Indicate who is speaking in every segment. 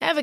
Speaker 1: Ever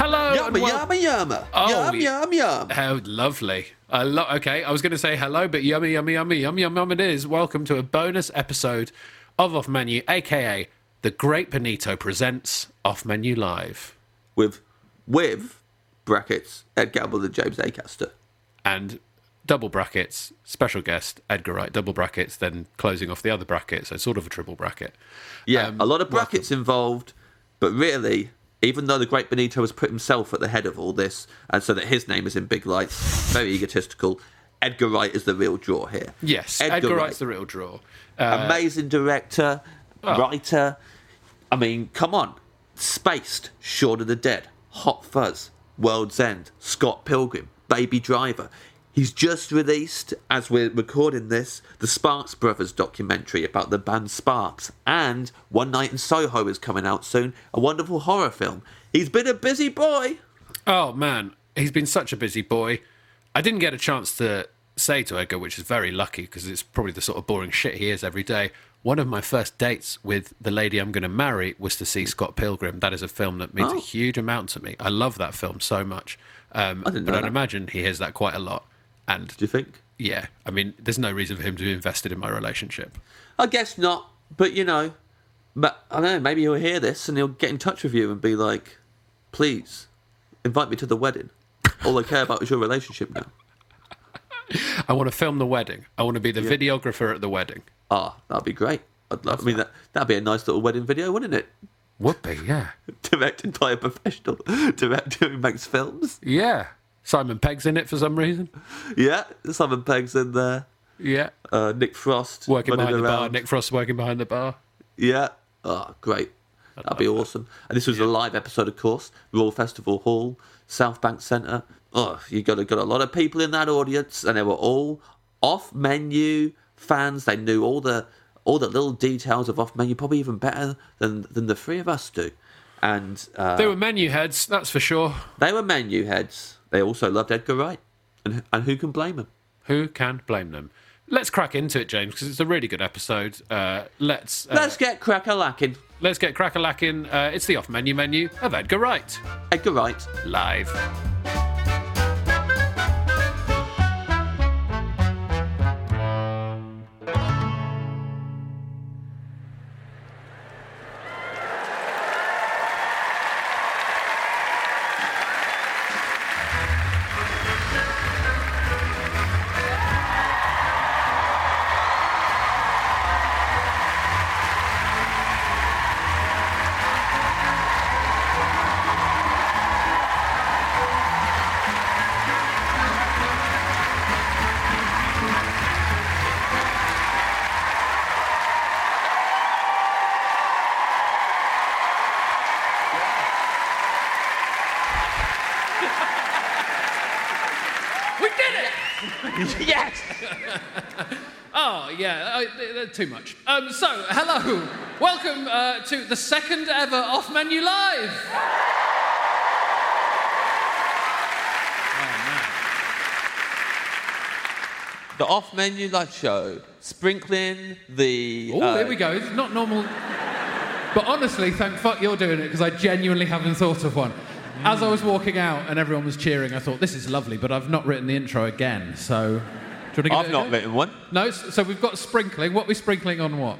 Speaker 2: Hello. and
Speaker 3: Yumma,
Speaker 2: wel-
Speaker 3: yumma, yumma.
Speaker 2: Oh,
Speaker 3: yum,
Speaker 2: y-
Speaker 3: yum, yum.
Speaker 2: How lovely. I lo- okay, I was going to say hello, but yummy, yummy, yummy, yum, yum, yum it is. Welcome to a bonus episode of Off Menu, aka The Great Benito Presents Off Menu Live.
Speaker 3: With, with, brackets, Ed Gamble and James Acaster.
Speaker 2: And double brackets, special guest, Edgar Wright, double brackets, then closing off the other bracket, so sort of a triple bracket.
Speaker 3: Yeah, Um, a lot of brackets involved, but really, even though the great Benito has put himself at the head of all this, and so that his name is in big lights, very egotistical, Edgar Wright is the real draw here.
Speaker 2: Yes, Edgar, Wright's the real draw. Uh,
Speaker 3: amazing director, writer. I mean, come on. Spaced, Shaun of the Dead, Hot Fuzz, World's End, Scott Pilgrim, Baby Driver. He's just released, as we're recording this, the Sparks Brothers documentary about the band Sparks. And One Night in Soho is coming out soon, a wonderful horror film. He's been a busy boy.
Speaker 2: Oh man, he's been such a busy boy. I didn't get a chance to say to Edgar, which is very lucky because it's probably the sort of boring shit he is every day. One of my first dates with the lady I'm going to marry was to see Scott Pilgrim. That is a film that means a
Speaker 3: Oh.
Speaker 2: huge amount to me. I love that film so much. Um,
Speaker 3: I didn't
Speaker 2: but
Speaker 3: know
Speaker 2: I'd
Speaker 3: that.
Speaker 2: imagine he hears that quite a lot. And
Speaker 3: Do you think?
Speaker 2: yeah, I mean, there's no reason for him to be invested in my relationship.
Speaker 3: I guess not, but you know, but I don't know. Maybe he'll hear this and he'll get in touch with you and be like, "Please, invite me to the wedding. All I care about is your relationship now."
Speaker 2: I want to film the wedding. I want to be the videographer at the wedding.
Speaker 3: Ah, that'd be great. I'd love. I mean, that that'd be a nice little wedding video, wouldn't it?
Speaker 2: Would be, yeah.
Speaker 3: Directed by a professional director who makes films.
Speaker 2: Yeah. Simon Pegg's in it for some reason.
Speaker 3: Yeah, Simon Pegg's in there.
Speaker 2: Yeah.
Speaker 3: Uh, Nick Frost
Speaker 2: working
Speaker 3: running
Speaker 2: behind the bar.
Speaker 3: around.
Speaker 2: Nick Frost working behind the bar.
Speaker 3: Yeah. Oh, great. That'd be awesome. And this was a live episode, of course. Royal Festival Hall, South Bank Centre. Oh, you got a, got a lot of people in that audience, and they were all off menu fans. They knew all the all the little details of off menu, probably even better than than the three of us do. And uh,
Speaker 2: They were menu heads, that's for sure.
Speaker 3: they were menu heads. They also loved Edgar Wright, and and who can blame him?
Speaker 2: Who can blame them? Let's crack into it, James, because it's a really good episode. Uh, let's uh,
Speaker 3: Let's get crack a lacking.
Speaker 2: let's get crack a lacking. Uh, it's the off menu menu of Edgar Wright
Speaker 3: Edgar Wright.
Speaker 2: live. did it!
Speaker 3: yes.
Speaker 2: Oh, yeah, I, th- th- too much. Um, so, hello. Welcome uh, to the second ever Off Menu Live. Oh, man.
Speaker 3: The off menu live show, sprinkling the. uh,
Speaker 2: Oh, there we go. It's not normal. But honestly, thank fuck you're doing it because I genuinely haven't thought of one. As I was walking out and everyone was cheering, I thought, this is lovely, but I've not written the intro again. So, do you want to give it
Speaker 3: I've
Speaker 2: a
Speaker 3: not
Speaker 2: go?
Speaker 3: written one.
Speaker 2: No, s- so we've got sprinkling. What are we sprinkling on what?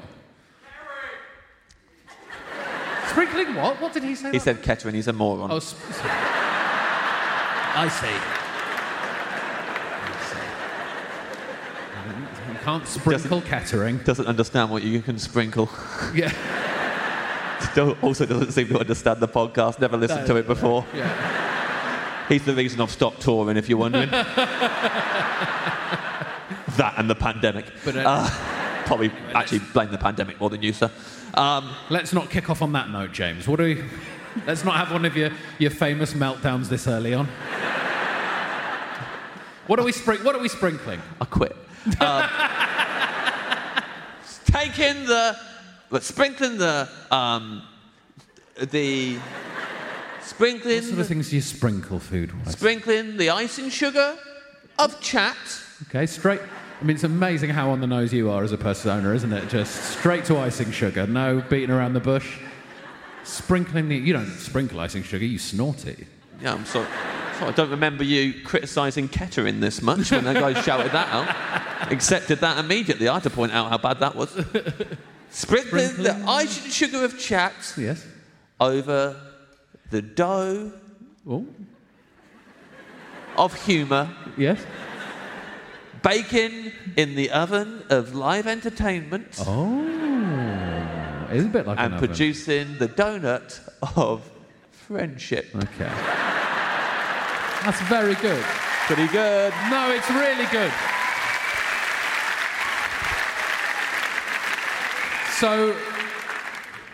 Speaker 2: Sprinkling what? What did he say?
Speaker 3: He
Speaker 2: that-
Speaker 3: said Kettering, he's a moron.
Speaker 2: Oh, sp- s- I see. I see. You can't sprinkle catering.
Speaker 3: Doesn't understand what you can sprinkle.
Speaker 2: Yeah.
Speaker 3: Still also doesn't seem to understand the podcast, never listened
Speaker 2: No,
Speaker 3: to it before.
Speaker 2: yeah.
Speaker 3: He's the reason I've stopped touring, if you're wondering. that and the pandemic.
Speaker 2: But, uh,
Speaker 3: Uh, probably actually blame the pandemic more than you, sir. Um,
Speaker 2: Let's not kick off on that note, James. What do we? Let's not have one of your, your famous meltdowns this early on. What are we spring? What are we sprinkling?
Speaker 3: I quit. Um, taking the, but sprinkling the, um, the, sprinkling,
Speaker 2: What sort of things do you sprinkle food?
Speaker 3: sprinkling the icing sugar of chat.
Speaker 2: Okay, straight. I mean, it's amazing how on the nose you are as a persona, isn't it? Just straight to icing sugar, no beating around the bush. Sprinkling the. You don't sprinkle icing sugar, you snort it.
Speaker 3: Yeah, I'm sorry. sorry, I don't remember you criticising Kettering this much when that guy shouted that out. Accepted that immediately. I had to point out how bad that was. Sprinkling, the icing sugar of chat
Speaker 2: Yes.
Speaker 3: over the dough
Speaker 2: Oh,
Speaker 3: of humour
Speaker 2: yes.
Speaker 3: Bacon in the oven of live entertainment
Speaker 2: Oh. It's a bit like
Speaker 3: and
Speaker 2: an oven.
Speaker 3: producing the donut of friendship.
Speaker 2: Okay. That's very good.
Speaker 3: Pretty good.
Speaker 2: No, it's really good. So,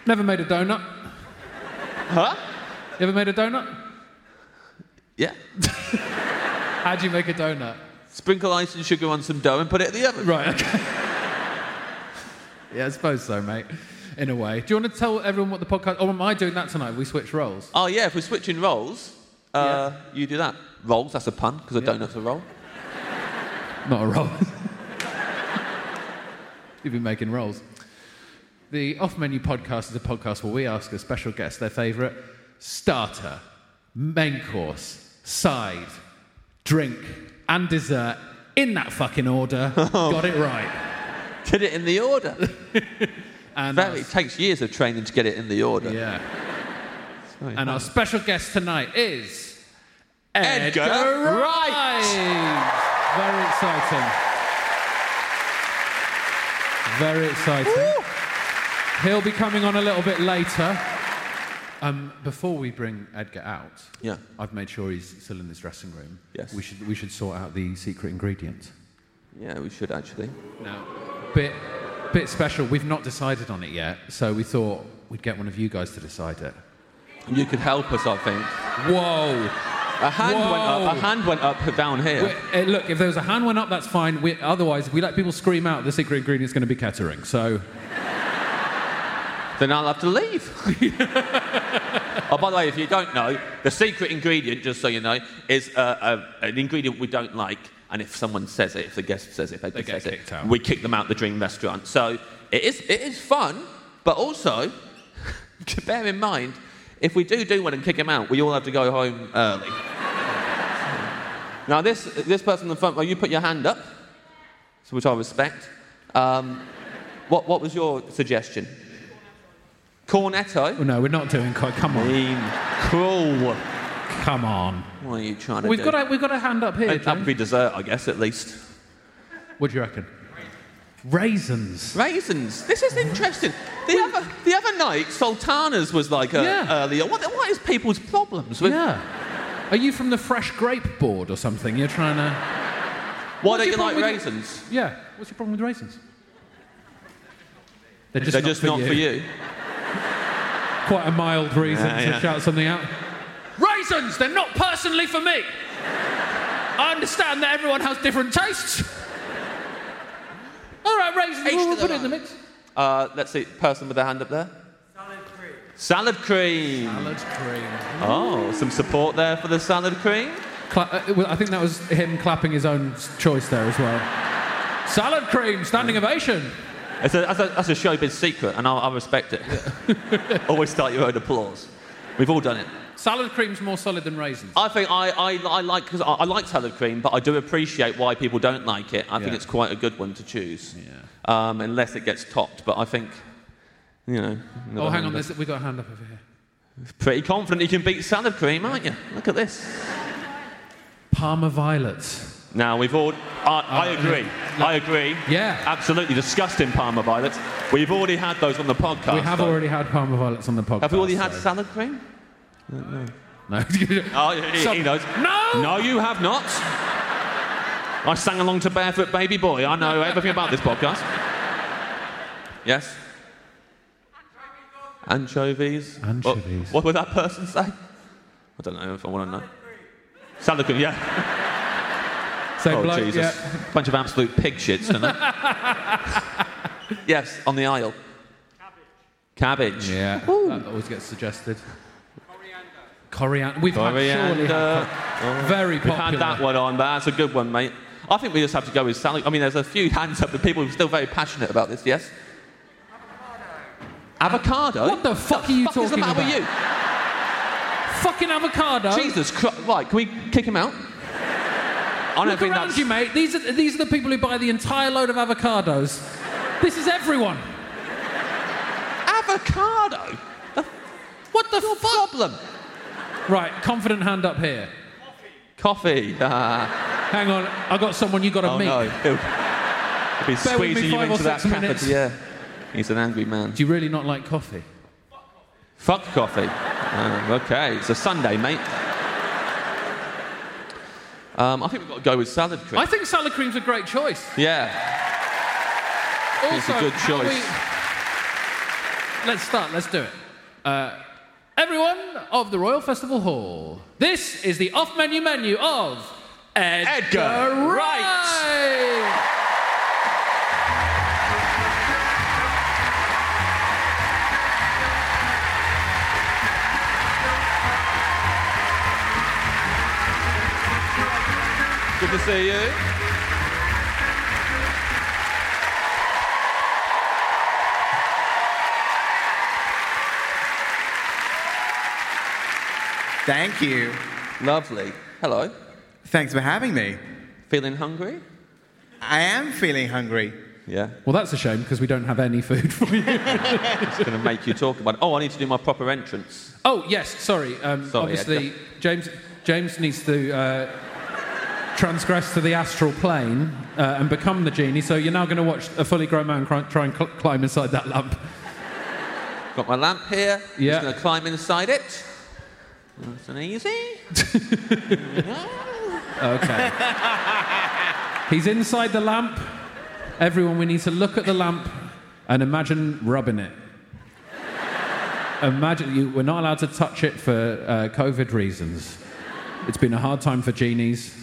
Speaker 2: never made a donut.
Speaker 3: Huh?
Speaker 2: You ever made a donut?
Speaker 3: Yeah.
Speaker 2: How do you make a donut?
Speaker 3: Sprinkle ice and sugar on some dough and put it in the oven.
Speaker 2: Right, okay. yeah, I suppose so, mate. In a way. Do you want to tell everyone what the podcast or am I doing that tonight? We switch roles.
Speaker 3: Oh, yeah, if we're switching roles, uh, you do that. Rolls, that's a pun, because a donut's a roll.
Speaker 2: Not a role. You've been making roles. The Off Menu Podcast is a podcast where we ask a special guest their favourite starter, main course, side, drink, and dessert in that fucking order. Got it right.
Speaker 3: Did it in the order.
Speaker 2: And uh,
Speaker 3: Very, it takes years of training to get it in the order.
Speaker 2: Yeah.
Speaker 3: Sorry.
Speaker 2: And uh, our special guest tonight is
Speaker 3: Edgar
Speaker 2: Wright. Very exciting. Very exciting. He'll be coming on a little bit later. Um, before we bring Edgar out,
Speaker 3: Yeah.
Speaker 2: I've made sure he's still in this dressing room.
Speaker 3: Yes.
Speaker 2: We should, we should sort out the secret ingredient.
Speaker 3: Yeah, we should actually.
Speaker 2: Now, bit, bit special. We've not decided on it yet, so we thought we'd get one of you guys to decide it.
Speaker 3: You could help us, I think.
Speaker 2: Whoa.
Speaker 3: A hand went up.
Speaker 2: Whoa.
Speaker 3: A hand went up down here.
Speaker 2: We- eh, look, if there was a hand went up, that's fine. We, otherwise, if we let people scream out, the secret ingredient's going to be catering. So,
Speaker 3: then I'll have to leave. oh, by the way, if you don't know, the secret ingredient, just so you know, is uh, a, an ingredient we don't like. And if someone says it, if the guest says it, if they,
Speaker 2: They get
Speaker 3: says
Speaker 2: kicked
Speaker 3: it,
Speaker 2: out.
Speaker 3: we kick them out the dream restaurant. So it is, it is fun, but also, to bear in mind, if we do do one and kick them out, we all have to go home early. now, this, this person in the front row, you put your hand up, so which I respect. Um, what, what was your suggestion? Cornetto?
Speaker 2: well, oh, no, we're not doing quite. Come on.
Speaker 3: Mean, cruel.
Speaker 2: Come on.
Speaker 3: What are you trying to
Speaker 2: We've
Speaker 3: do?
Speaker 2: got, a, we've got a hand up here.
Speaker 3: That- that would
Speaker 2: James.
Speaker 3: be dessert, I guess, at least.
Speaker 2: What do you reckon? Raisins.
Speaker 3: Raisins. This is interesting. The other, the other night, Sultana's was like a,
Speaker 2: Yeah.
Speaker 3: earlier. What, what is people's problems with?
Speaker 2: Yeah. Are you from the Fresh Grape Board or something? You're trying to.
Speaker 3: Why
Speaker 2: What's
Speaker 3: don't
Speaker 2: your
Speaker 3: you like
Speaker 2: problem with-
Speaker 3: raisins?
Speaker 2: Yeah. What's your problem with raisins? They're just,
Speaker 3: They're
Speaker 2: not,
Speaker 3: just
Speaker 2: for,
Speaker 3: not
Speaker 2: you.
Speaker 3: for you.
Speaker 2: Quite a mild reason
Speaker 3: Yeah,
Speaker 2: to
Speaker 3: yeah.
Speaker 2: shout something out. Raisins! They're not personally for me! I understand that everyone has different tastes. All right, raise the
Speaker 3: H to
Speaker 2: we'll
Speaker 3: the
Speaker 2: put it in the
Speaker 3: right.
Speaker 2: mix.
Speaker 3: Uh, let's see, person with their hand up there. Salad cream.
Speaker 2: Salad cream.
Speaker 3: Oh, some support there for the salad cream.
Speaker 2: I think that uh, was him clapping his own choice there as well. Salad cream, standing ovation.
Speaker 3: It's a, that's, a, that's a showbiz secret, and I, I respect it. Always start your own applause. We've all done it.
Speaker 2: Salad cream's more solid than raisins.
Speaker 3: I think I, I, I like because I, I like salad cream, but I do appreciate why people don't like it. I think
Speaker 2: Yeah.
Speaker 3: it's quite a good one to choose, yeah. um, unless it gets topped. But I think, you know.
Speaker 2: Oh, hang on,
Speaker 3: this.
Speaker 2: there's, we got a hand up over here.
Speaker 3: Pretty confident you can beat salad cream, aren't you? Look at this.
Speaker 2: Parma violets.
Speaker 3: Now we've all. I, I
Speaker 2: Uh,
Speaker 3: agree. I agree.
Speaker 2: Yeah.
Speaker 3: Absolutely disgusting Parma violets. We've already had those on the podcast.
Speaker 2: We have
Speaker 3: though.
Speaker 2: already Oh, had Parma violets on the podcast.
Speaker 3: Have we already had
Speaker 2: so-
Speaker 3: salad cream?
Speaker 2: No.
Speaker 3: Oh, he, he
Speaker 2: Some-
Speaker 3: knows.
Speaker 2: No!
Speaker 3: No, you have not. I sang along to Barefoot Baby Boy. I know everything about this podcast. Yes. Anchovies. What-
Speaker 2: Anchovies.
Speaker 3: What, would that person say? I don't know if I want to know. Salad cream, yeah.
Speaker 2: Same
Speaker 3: Oh,
Speaker 2: bloke,
Speaker 3: Jesus.
Speaker 2: yeah.
Speaker 3: Bunch of absolute pig shits, don't they? yes, on the aisle. Cabbage.
Speaker 2: Yeah, that always gets suggested. Coriander. We've had surely
Speaker 3: Coriander.
Speaker 2: had cor- very
Speaker 3: We've
Speaker 2: popular.
Speaker 3: had that one on, but that's a good one, mate. I think we just have to go with salad. I mean, there's a few hands up, but people are still very passionate about this, yes? Avocado.
Speaker 2: What the fuck are you
Speaker 3: fuck is the
Speaker 2: talking
Speaker 3: matter with
Speaker 2: Fucking avocado.
Speaker 3: you? Jesus Christ. Right, can we kick him out? I don't
Speaker 2: Look
Speaker 3: think
Speaker 2: around
Speaker 3: that's.
Speaker 2: you, mate. These are these are the people who buy the entire load of avocados. This is everyone.
Speaker 3: Avocado? What the fuck? problem?
Speaker 2: Right, confident hand up here.
Speaker 3: Coffee. Ah.
Speaker 2: Hang on, I got someone you got to
Speaker 3: Oh
Speaker 2: meet.
Speaker 3: no, he'll, he'll be
Speaker 2: Bear with me
Speaker 3: squeezing you
Speaker 2: five or
Speaker 3: into that
Speaker 2: six
Speaker 3: cafeteria.
Speaker 2: minutes.
Speaker 3: Yeah, he's an angry man.
Speaker 2: Do you really not like coffee?
Speaker 3: Fuck coffee. Oh, okay, it's a Sunday, mate. Um, I think we've got to go with salad cream.
Speaker 2: I think salad cream's a great choice.
Speaker 3: yeah,
Speaker 2: Also,
Speaker 3: It's a good
Speaker 2: how
Speaker 3: choice.
Speaker 2: we- Let's start. Let's do it. Uh, everyone of the Royal Festival Hall, this is the off-menu menu of Edgar,
Speaker 3: Edgar
Speaker 2: Wright.
Speaker 3: good to see you.
Speaker 4: Thank you.
Speaker 3: Lovely. Hello.
Speaker 4: Thanks for having me.
Speaker 3: Feeling hungry?
Speaker 4: I am feeling hungry.
Speaker 3: Yeah.
Speaker 2: Well, that's a shame because we don't have any food for you.
Speaker 3: It's going to make you talk about it. Oh, I need to do my proper entrance.
Speaker 2: oh yes, sorry. Um,
Speaker 3: Sorry,
Speaker 2: obviously, James James needs to uh, transgress to the astral plane uh, and become the genie. So you're now going to watch a fully grown man cry, try and cl- climb inside that lamp.
Speaker 3: Got my lamp here.
Speaker 2: Yeah.
Speaker 3: Just going to climb inside it. Nice and easy.
Speaker 2: Okay. He's inside the lamp. Everyone, we need to look at the lamp and imagine rubbing it. Imagine you, we're not allowed to touch it for uh, COVID reasons. It's been a hard time for genies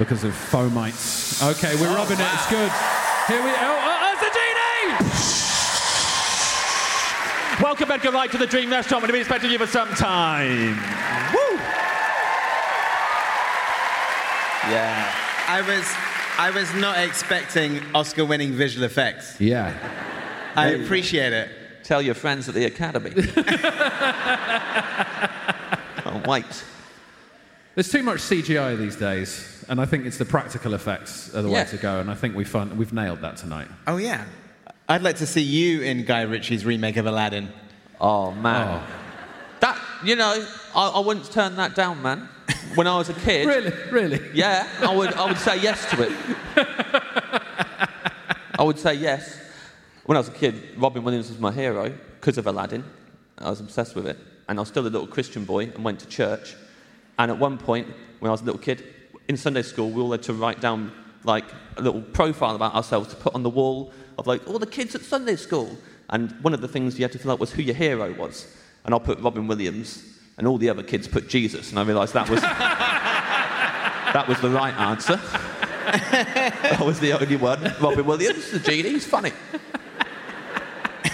Speaker 2: because of fomites. Okay, we're rubbing it. It's good. Here we oh, oh, it's a genie!
Speaker 5: Welcome, Edgar Wright, to the Dream Restaurant. We've been expecting you for some time. Woo!
Speaker 3: Yeah.
Speaker 4: I was, I was not expecting Oscar-winning visual effects.
Speaker 2: Yeah.
Speaker 4: I appreciate it.
Speaker 3: Tell your friends at the academy. oh, wait.
Speaker 2: There's too much CGI these days, and I think it's the practical effects are the
Speaker 3: Yeah.
Speaker 2: way to go. And I think we fin- we've nailed that tonight.
Speaker 4: Oh yeah. I'd like to see you in Guy Ritchie's remake of Aladdin.
Speaker 3: Oh, man. That, you know, I, I wouldn't turn that down, man. When I was a kid.
Speaker 2: Really, really.
Speaker 3: Yeah, I would, I would say yes to it. I would say yes. When I was a kid, Robin Williams was my hero because of Aladdin. I was obsessed with it. And I was still a little Christian boy and went to church. And at one point, when I was a little kid, in Sunday school, we all had to write down like a little profile about ourselves to put on the wall of like all the kids at Sunday school. And one of the things you had to fill out was who your hero was. And I put Robin Williams, and all the other kids put Jesus. And I realised that was That was the right answer. that was the only one. Robin Williams, the genie, he's funny.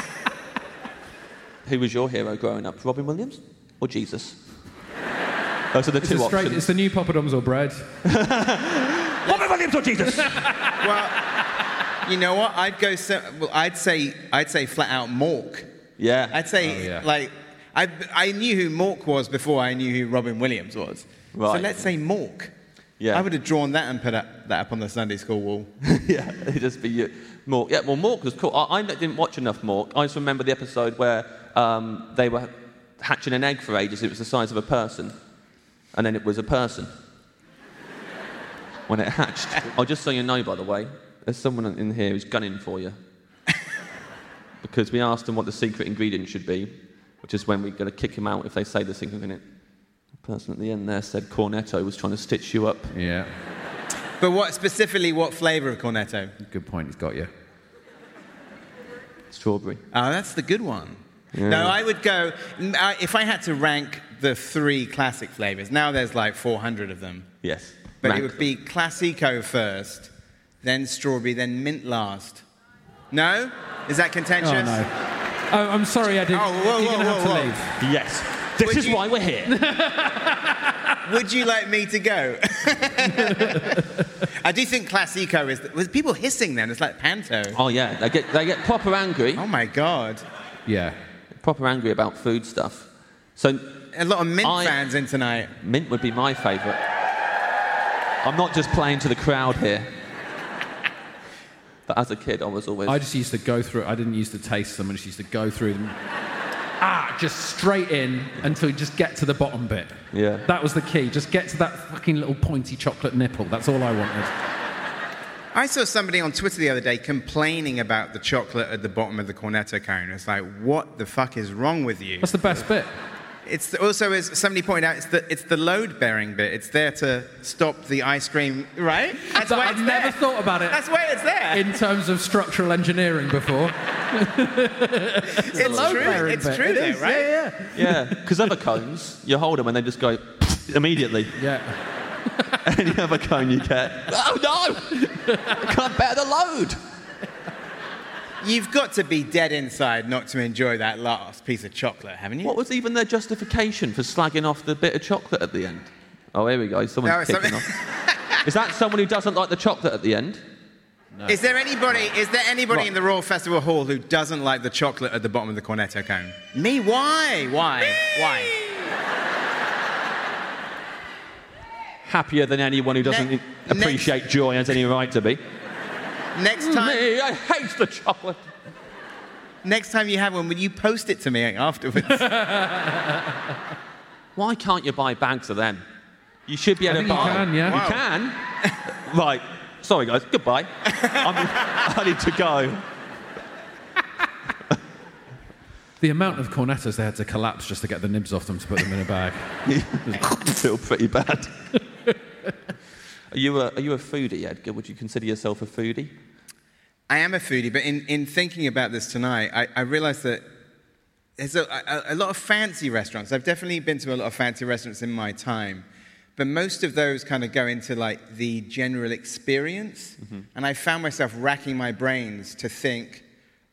Speaker 3: Who was your hero growing up? Robin Williams or Jesus? Those are the two
Speaker 2: It's, straight,
Speaker 3: options.
Speaker 2: it's the new poppadoms or bread.
Speaker 3: Robin Williams or Jesus?
Speaker 4: Well, you know what? I'd go. So, well, I'd say. I'd say flat out Mork.
Speaker 3: yeah.
Speaker 4: I'd say
Speaker 2: Oh, yeah.
Speaker 4: like. I, I knew who Mork was before I knew who Robin Williams was. So
Speaker 3: Right.
Speaker 4: let's say Mork.
Speaker 3: Yeah.
Speaker 4: I would have drawn that and put up, that up on the Sunday school wall.
Speaker 3: yeah, it'd just be you. Mork. Yeah, well, Mork was cool. I, I didn't watch enough Mork. I just remember the episode where um, they were hatching an egg for ages. It was the size of a person, and then it was a person when it hatched. oh, just so you know, by the way, there's someone in here who's gunning for you because we asked them what the secret ingredient should be, which is when we're going to kick him out if they say the secret ingredient. The person at the end there said Cornetto was trying to stitch you up.
Speaker 2: Yeah.
Speaker 4: But what specifically? What flavour of cornetto?
Speaker 2: Good point. He's got you.
Speaker 3: Strawberry.
Speaker 4: Oh, that's the good one. No, I would go, n- I- if I had to rank the three classic flavours, now there's like 400 of them,
Speaker 3: Yes.
Speaker 4: but
Speaker 3: Rank.
Speaker 4: it would be Classico first, then strawberry, then mint last. No? Is that contentious?
Speaker 2: Oh, no. Oh, I'm sorry, Eddie.
Speaker 4: Oh, whoa,
Speaker 2: You're
Speaker 4: whoa,
Speaker 2: going to have
Speaker 4: whoa,
Speaker 2: to
Speaker 4: whoa.
Speaker 2: leave.
Speaker 6: Yes. This
Speaker 4: Would
Speaker 6: is
Speaker 4: you-
Speaker 6: why we're here.
Speaker 4: Would you like me to go? I do think Classico is, the, with people hissing then, it's like Panto.
Speaker 3: Oh yeah, they get they get proper angry,
Speaker 4: Oh my God.
Speaker 2: Yeah.
Speaker 3: proper angry about food stuff. So
Speaker 4: A lot of mint
Speaker 3: I-
Speaker 4: fans in tonight.
Speaker 3: mint would be my favourite. I'm not just playing to the crowd here. But as a kid, I was always.
Speaker 2: I just used to go through. I didn't used to taste them. I just used to go through them. Ah, just straight in until you just get to the bottom bit.
Speaker 3: Yeah.
Speaker 2: That was the key. Just get to that fucking little pointy chocolate nipple. That's all I wanted.
Speaker 4: I saw somebody on Twitter the other day complaining about the chocolate at the bottom of the cornetto cone. It's like, what the fuck is wrong with you?
Speaker 2: That's the best bit.
Speaker 4: It's also, as somebody pointed out, it's the, it's the load-bearing bit. It's there to stop the ice cream, right? That's
Speaker 2: That-
Speaker 4: why
Speaker 2: I've
Speaker 4: it's
Speaker 2: never
Speaker 4: there.
Speaker 2: thought about it
Speaker 4: That's why it's there.
Speaker 2: in terms of structural engineering before.
Speaker 4: it's true.
Speaker 2: load-bearing
Speaker 4: It's
Speaker 2: bit.
Speaker 4: true,
Speaker 2: It
Speaker 4: though,
Speaker 2: is,
Speaker 4: right?
Speaker 2: Yeah, yeah.
Speaker 3: yeah, because other cones, you hold them and they just go immediately.
Speaker 2: yeah.
Speaker 3: Any other cone you get, oh no, I can't bear the load.
Speaker 4: You've got to be dead inside not to enjoy that last piece of chocolate, haven't you?
Speaker 3: What was even their justification for slagging off the bit of chocolate at the end? Oh, here we go. Someone's
Speaker 4: No, it's
Speaker 3: kicking
Speaker 4: something-
Speaker 3: off. Is that someone who doesn't like the chocolate at the end?
Speaker 4: Is there anybody? Is there anybody in the Royal Festival Hall who doesn't like the chocolate at the bottom of the cornetto cone? Me? Why? Why? Why?
Speaker 3: happier than anyone who doesn't
Speaker 4: Ne-
Speaker 3: appreciate joy has any right to be.
Speaker 4: Next time.
Speaker 3: Me, I hate the chocolate.
Speaker 4: Next time you have one, will you post it to me afterwards?
Speaker 3: Why can't you buy bags of them? You should be able
Speaker 2: think
Speaker 3: to
Speaker 2: you
Speaker 3: buy.
Speaker 2: can, yeah. Wow.
Speaker 3: You can. right. Sorry, guys. Goodbye. I'm, I need to go.
Speaker 2: The amount of cornetas they had to collapse just to get the nibs off them to put them in a bag.
Speaker 3: I feel pretty bad. Are you, a, are you a foodie, Edgar? Would you consider yourself a foodie?
Speaker 4: I am a foodie, but in, in thinking about this tonight, I, I realized that there's a, a, a lot of fancy restaurants. I've definitely been to a lot of fancy restaurants in my time, but most of those kind of go into like the general experience. And I found myself racking my brains to think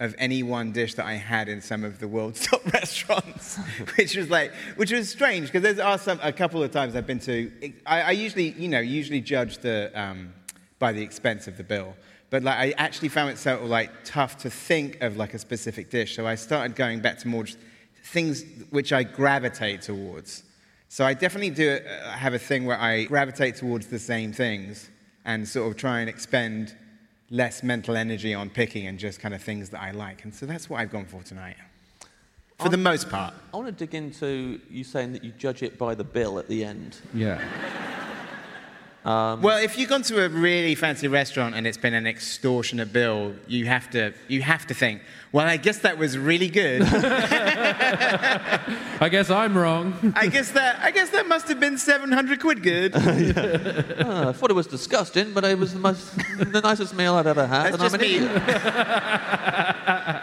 Speaker 4: of any one dish that I had in some of the world's top restaurants, which was like, which was strange because there are some a couple of times I've been to. I, I usually, you know, usually judge the um, by the expense of the bill. But like, I actually found it so like tough to think of like a specific dish. So I started going back to more just things which I gravitate towards. So I definitely do uh, have a thing where I gravitate towards the same things and sort of try and expend less mental energy on picking and just kind of things that I like. And so that's what I've gone for tonight, for the most part.
Speaker 3: I want to dig into you saying that you judge it by the bill at the end.
Speaker 2: Yeah.
Speaker 4: Well, if you've gone to a really fancy restaurant and it's been an extortionate bill, you have to you have to think. Well, I guess that was really good.
Speaker 2: I guess I'm wrong.
Speaker 4: I guess that I guess that must have been seven hundred quid good.
Speaker 3: I thought it was disgusting, but it was the, most, the nicest meal I'd ever had. and
Speaker 4: That's just
Speaker 3: I'm an
Speaker 4: me.
Speaker 3: idiot.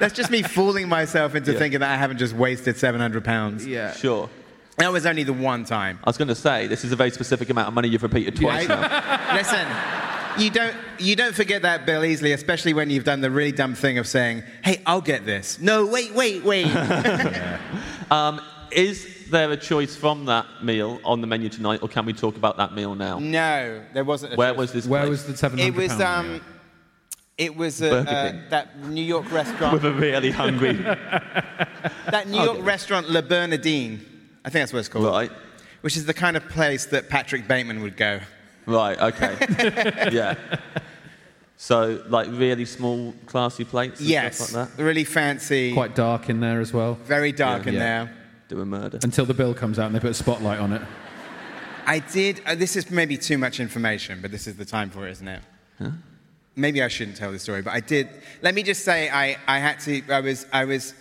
Speaker 4: That's just me fooling myself into thinking that I haven't just wasted seven hundred pounds.
Speaker 2: Yeah.
Speaker 3: Sure.
Speaker 4: That was only the one time.
Speaker 3: I was going to say, this is a very specific amount of money you've repeated twice now.
Speaker 4: Listen, you don't, you don't forget that bill easily, especially when you've done the really dumb thing of saying, hey, I'll get this. No, wait, wait, wait.
Speaker 3: Um, is there a choice from that meal on the menu tonight, or can we talk about that meal now?
Speaker 4: no, there wasn't. A
Speaker 3: Where
Speaker 4: choice.
Speaker 3: was this?
Speaker 2: Mm. Where
Speaker 3: place?
Speaker 2: was the seven
Speaker 4: It
Speaker 2: hundred
Speaker 4: was, um, it was uh,
Speaker 3: Burger
Speaker 4: uh,
Speaker 3: King.
Speaker 4: that New York
Speaker 3: with a
Speaker 4: restaurant,
Speaker 3: really hungry
Speaker 4: that New York restaurant, Le Bernardine. I think that's what it's called.
Speaker 3: right,
Speaker 4: Which is the kind of place that Patrick Bateman would go.
Speaker 3: right, okay, yeah. So like really small, classy plates. And
Speaker 4: yes,
Speaker 3: stuff like that.
Speaker 4: really fancy,
Speaker 2: quite dark in there as well.
Speaker 4: very dark in
Speaker 3: Yeah.
Speaker 4: there.
Speaker 3: Do a murder.
Speaker 2: Until the bill comes out and they put a spotlight on it.
Speaker 4: I did. Uh, this is maybe too much information, but this is the time for it, isn't it? Maybe I shouldn't tell the story, but I did. Let me just say, I, I had to. I was I was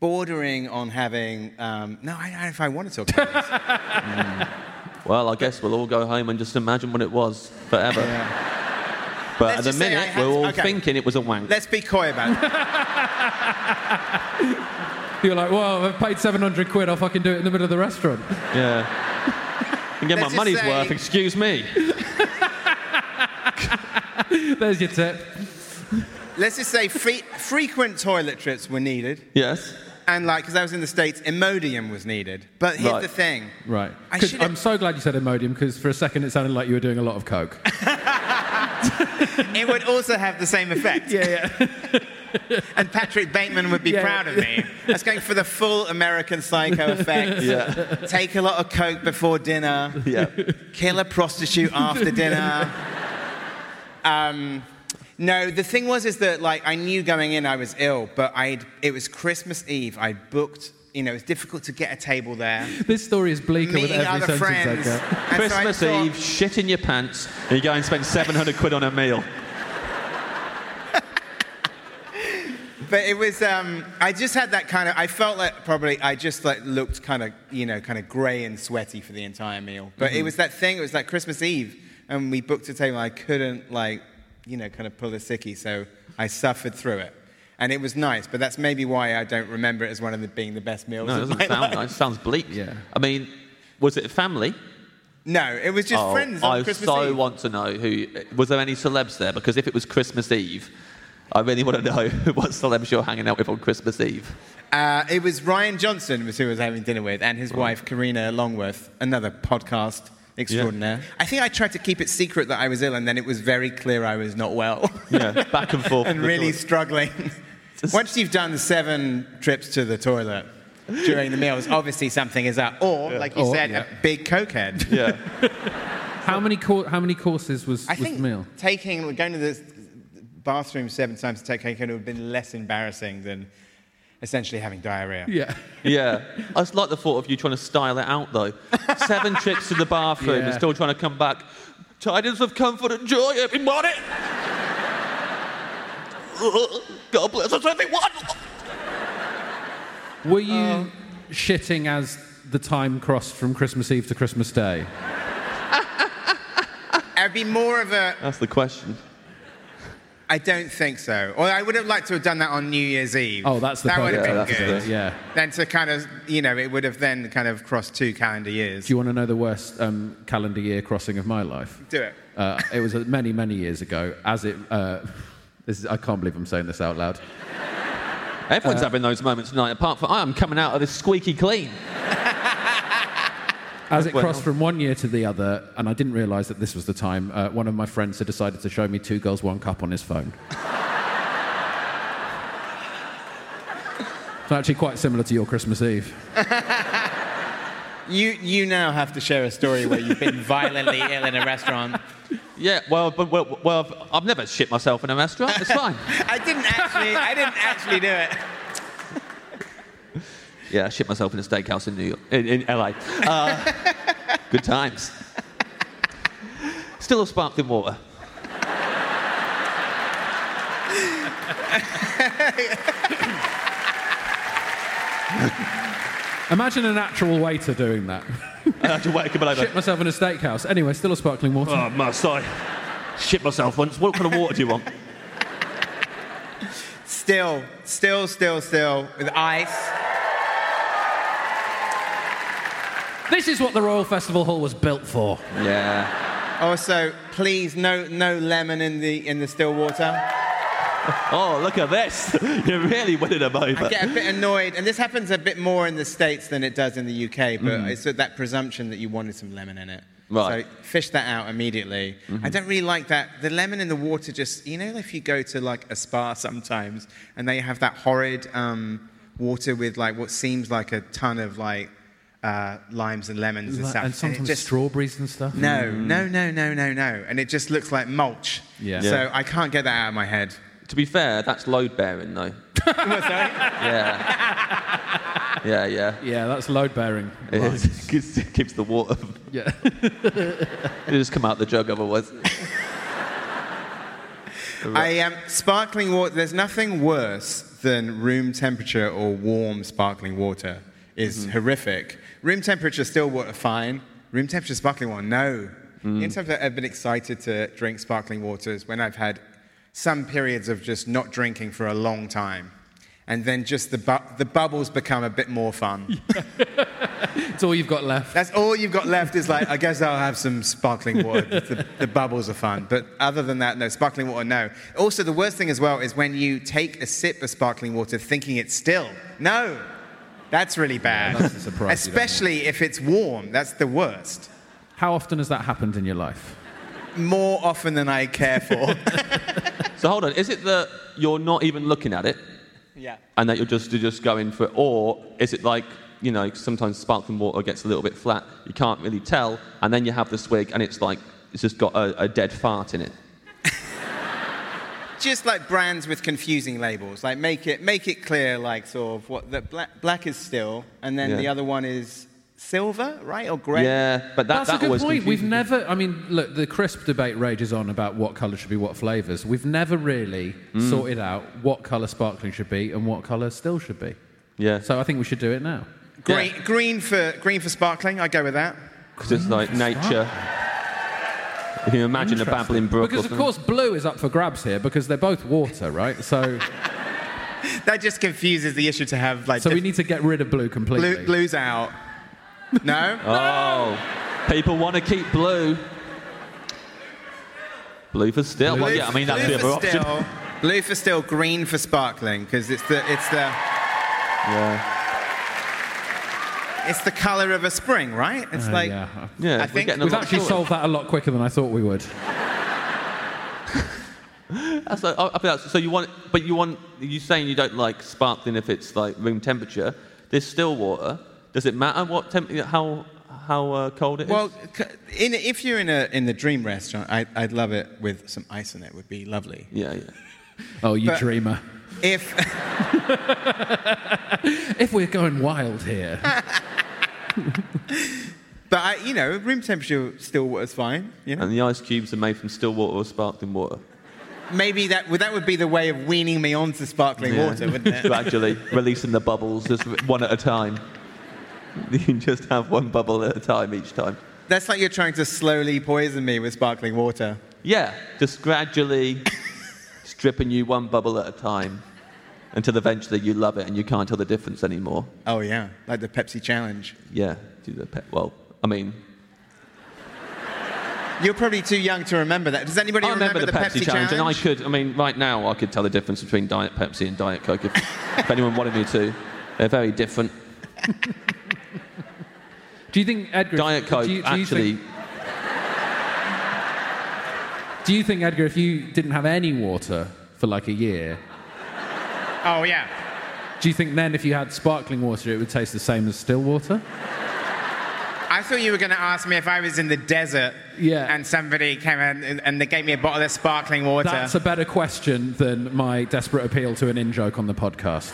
Speaker 4: bordering on having. Um, no, I don't know if I want to talk about this.
Speaker 3: Well, I guess we'll all go home and just imagine what it was forever.
Speaker 4: Let's
Speaker 3: But at
Speaker 4: just
Speaker 3: the
Speaker 4: say I
Speaker 3: minute,
Speaker 4: had
Speaker 3: we're
Speaker 4: to-
Speaker 3: all
Speaker 4: okay.
Speaker 3: thinking it was a wank.
Speaker 4: Let's be coy about it.
Speaker 2: You're like, whoa, I've paid 700 quid, I'll fucking do it in the middle of the restaurant.
Speaker 3: Yeah. And get
Speaker 4: Let's
Speaker 3: my
Speaker 4: just
Speaker 3: money's
Speaker 4: say-
Speaker 3: worth, excuse me.
Speaker 2: There's your tip.
Speaker 4: Let's just say free, frequent toilet trips were needed,
Speaker 3: Yes.
Speaker 4: and like because I was in the states, Imodium was needed. But here's
Speaker 3: Right.
Speaker 4: the thing.
Speaker 2: Right.
Speaker 4: I
Speaker 2: 'Cause
Speaker 4: should-
Speaker 2: I'm so glad you said Imodium because for a second it sounded like you were doing a lot of coke.
Speaker 4: It would also have the same effect.
Speaker 2: yeah, yeah.
Speaker 4: And Patrick Bateman would be
Speaker 2: Yeah.
Speaker 4: proud of me. That's going for the full American psycho effect.
Speaker 3: Yeah.
Speaker 4: Take a lot of coke before dinner.
Speaker 3: Yeah.
Speaker 4: Kill a prostitute after dinner. Um, no, the thing was is that like I knew going in I was ill, but I it was Christmas Eve. I booked. You know, it's difficult to get a table there.
Speaker 2: This story is bleaker with
Speaker 4: Meeting
Speaker 2: every
Speaker 4: other
Speaker 2: sentence
Speaker 4: friends.
Speaker 2: I get.
Speaker 4: And so I
Speaker 3: Christmas
Speaker 4: thought-
Speaker 3: Eve, shit in your pants, and you go and spend 700 quid on a meal.
Speaker 4: But it was, um, I just had that kind of, I felt like probably I just like looked kind of, you know, kind of grey and sweaty for the entire meal. But
Speaker 2: Mm-hmm.
Speaker 4: it was that thing, it was like Christmas Eve, and we booked a table. I couldn't like, you know, kind of pull a sickie, so I suffered through it. And it was nice, but that's maybe why I don't remember it as one of the, being the best meals.
Speaker 3: No, it
Speaker 4: of
Speaker 3: doesn't
Speaker 4: my
Speaker 3: sound
Speaker 4: life.
Speaker 3: nice. It sounds bleak.
Speaker 2: Yeah.
Speaker 3: I mean, was it family?
Speaker 4: No, it was just
Speaker 3: Oh,
Speaker 4: friends on
Speaker 3: I
Speaker 4: Christmas
Speaker 3: so
Speaker 4: Eve.
Speaker 3: want to know who. Was there any celebs there? Because if it was Christmas Eve, I really want to know what celebs you're hanging out with on Christmas Eve.
Speaker 4: Uh, it was Ryan Johnson was who I was having dinner with, and his wife Karina Longworth, another podcast extraordinaire. I think I tried to keep it secret that I was ill, and then it was very clear I was not well
Speaker 2: Oh
Speaker 3: Yeah, back and forth.
Speaker 4: and
Speaker 3: with
Speaker 4: really
Speaker 3: all-
Speaker 4: struggling. Once you've done seven trips to the toilet during the meals, obviously something is up. Or, like you
Speaker 2: Or,
Speaker 4: said,
Speaker 2: yeah.
Speaker 4: a big cokehead.
Speaker 3: Yeah.
Speaker 2: How many, cour how many courses was,
Speaker 4: I
Speaker 2: was
Speaker 4: think
Speaker 2: the meal?
Speaker 4: taking going to the bathroom seven times to take cokehead would have been less embarrassing than essentially having diarrhea.
Speaker 2: Yeah.
Speaker 3: Yeah. I just like the thought of you trying to style it out, though. Seven trips to the bathroom and
Speaker 2: Yeah.
Speaker 3: still trying to come back. Tidings of comfort and joy, everybody! God bless us, everyone!
Speaker 2: Were you
Speaker 4: Uh,
Speaker 2: shitting as the time crossed from Christmas Eve to Christmas Day?
Speaker 4: I'd be more of a
Speaker 3: That's the question.
Speaker 4: I don't think so. Or I would have liked to have done that on New Year's Eve.
Speaker 2: Oh, that's the
Speaker 4: that
Speaker 2: point.
Speaker 4: would have
Speaker 3: Yeah,
Speaker 4: been
Speaker 3: that's
Speaker 4: good.
Speaker 2: the- yeah.
Speaker 4: Then to kind of, you know, it would have then kind of crossed two calendar years.
Speaker 2: Do you want to know the worst um, calendar year crossing of my life?
Speaker 4: Do it.
Speaker 2: Uh, it was uh, many, many years ago. As it, uh, this is, I can't believe I'm saying this out loud.
Speaker 3: Everyone's
Speaker 2: Uh,
Speaker 3: having those moments tonight, apart from I am coming out of this squeaky clean.
Speaker 2: As it crossed from one year to the other, and I didn't realise that this was the time, uh, one of my friends had decided to show me Two Girls, One Cup on his phone. it's actually quite similar to your Christmas Eve.
Speaker 4: You you now have to share a story where you've been violently ill in a restaurant.
Speaker 3: Yeah, well, but, well, well, I've never shit myself in a restaurant. It's fine.
Speaker 4: I didn't actually. I didn't actually do it.
Speaker 3: Yeah, I shit myself in a steakhouse in New York, in, in LA. Uh, good times. Still a sparkling water.
Speaker 2: Imagine an actual waiter doing that.
Speaker 3: I had to wake up and
Speaker 2: Shit
Speaker 3: over.
Speaker 2: myself in a steakhouse. Anyway, still a sparkling water.
Speaker 3: Oh, must I? Shit myself once. What kind of water do you want?
Speaker 4: Still, still, still, still with ice.
Speaker 2: This is what the Royal Festival Hall was built for.
Speaker 3: Yeah.
Speaker 4: Also, please, no, no lemon in the in the still water.
Speaker 3: Oh, look at this. You're really winning them over.
Speaker 4: I get a bit annoyed, and this happens a bit more in the States than it does in the UK, but it's that presumption that you wanted some lemon in it.
Speaker 3: Right.
Speaker 4: So fish that out immediately. I don't really like that. The lemon in the water just, you know, if you go to like a spa sometimes and they have that horrid um, water with like what seems like a ton of like uh, limes and lemons and stuff.
Speaker 2: And
Speaker 4: it
Speaker 2: sometimes
Speaker 4: just-
Speaker 2: strawberries and stuff.
Speaker 4: No, no, no, no, no, no. And it just looks like mulch.
Speaker 2: Yeah.
Speaker 4: So I can't get that out of my head.
Speaker 3: To be fair, that's load bearing, though. yeah. Yeah, yeah.
Speaker 2: Yeah, that's load bearing.
Speaker 3: It is. Keeps- keeps the water.
Speaker 2: Yeah.
Speaker 3: It just come out the jug otherwise.
Speaker 4: I um, sparkling water. There's nothing worse than room temperature or warm sparkling water. Is horrific. Room temperature still water fine. Room temperature sparkling water no. In terms of I've been excited to drink sparkling waters when I've had some periods of just not drinking for a long time. And then just the, bu- the bubbles become a bit more fun.
Speaker 2: It's all you've got left.
Speaker 4: That's all you've got left is like, I guess I'll have some sparkling water. the, the bubbles are fun. But other than that, no, sparkling water, no. Also, the worst thing as well is when you take a sip of sparkling water thinking it's still. No, that's really bad.
Speaker 2: that's a surprise you don't want.
Speaker 4: Especially if it's warm. That's the worst.
Speaker 2: How often has that happened in your life?
Speaker 4: More often than I care for.
Speaker 3: So hold on, is it that you're not even looking at it
Speaker 4: yeah.
Speaker 3: and that you're just you're just going for it, or is it like you know sometimes sparkling water gets a little bit flat, you can't really tell, and then you have the swig and it's like it's just got a, a dead fart in it.
Speaker 4: Just like brands with confusing labels, like make it make it clear, like sort of what the black, black is still, and then
Speaker 3: Yeah.
Speaker 4: the other one is silver, right, or grey.
Speaker 3: Yeah, but that,
Speaker 2: That's
Speaker 3: that
Speaker 2: a good
Speaker 3: always
Speaker 2: point. We've
Speaker 3: confuses me.
Speaker 2: never, I mean, look, the crisp debate rages on about what colour should be what flavours. We've never really
Speaker 3: Mm.
Speaker 2: sorted out what colour sparkling should be and what colour still should be.
Speaker 3: Yeah,
Speaker 2: So I think we should do it now.
Speaker 4: Green, green for green for sparkling. I go with that.
Speaker 3: because it's like nature. If you imagine a babbling brook.
Speaker 2: Because,
Speaker 3: or
Speaker 2: of course, blue is up for grabs here because they're both water, right? So,
Speaker 4: That just confuses the issue to have like
Speaker 2: so we
Speaker 4: diff-
Speaker 2: need to get rid of blue completely.
Speaker 4: blue, blues out. No,
Speaker 3: something. Oh, people want to keep blue. Blue for still. Oh, Well,
Speaker 4: Blue-
Speaker 3: yeah, I mean that's the
Speaker 4: blue
Speaker 3: other
Speaker 4: for
Speaker 3: option.
Speaker 4: still, blue for still, green for sparkling because it's the it's the
Speaker 3: Yeah,
Speaker 4: it's the color of a spring, right? It's
Speaker 2: Oh,
Speaker 4: like
Speaker 2: yeah.
Speaker 3: yeah.
Speaker 4: I
Speaker 3: we're
Speaker 4: think
Speaker 3: getting a
Speaker 2: We've
Speaker 3: lot
Speaker 2: actually
Speaker 3: shorter.
Speaker 2: solved that a lot quicker than I thought we would.
Speaker 3: That's like, I I think that's, so you want, but you want, you saying you don't like sparkling if it's like room temperature. There's still water. Does it matter what temp, how how uh, cold it is?
Speaker 4: Well, c- in, if you're in a in the dream restaurant, I, I'd love it with some ice in it. Would be lovely.
Speaker 3: yeah, yeah.
Speaker 2: Oh, you
Speaker 4: But-
Speaker 2: dreamer.
Speaker 4: If
Speaker 2: If we're going wild here,
Speaker 4: but I, you know, room temperature still was fine. You know,
Speaker 3: And the ice cubes are made from still water or sparkling water.
Speaker 4: maybe that would that would be the way of weaning me onto sparkling
Speaker 3: Yeah.
Speaker 4: water, wouldn't it?
Speaker 3: Gradually releasing the bubbles, just one at a time. You can just have one bubble at a time each time.
Speaker 4: That's like you're trying to slowly poison me with sparkling water.
Speaker 3: Yeah, just gradually stripping you one bubble at a time until eventually you love it and you can't tell the difference anymore.
Speaker 4: Oh yeah, like the Pepsi challenge.
Speaker 3: Yeah, do the pet. Well, I mean,
Speaker 4: You're probably too young to remember that. Does anybody
Speaker 3: I remember, the, Pepsi, challenge, and I
Speaker 4: challenge?
Speaker 3: could. I mean, right now I could tell the difference between Diet Pepsi and Diet Coke if, if anyone wanted me to. They're very different.
Speaker 2: do you think Edgar?
Speaker 3: Diet Coke
Speaker 2: do you- do you
Speaker 3: actually.
Speaker 2: think- Do you think, Edgar, if you didn't have any water for like a year,
Speaker 4: Oh yeah.
Speaker 2: do you think then if you had sparkling water, it would taste the same as still water?
Speaker 4: I thought you were going to ask me if I was in the desert.
Speaker 2: Yeah.
Speaker 4: And somebody came and, and they gave me a bottle of sparkling water.
Speaker 2: That's a better question than my desperate appeal to an in joke on the podcast.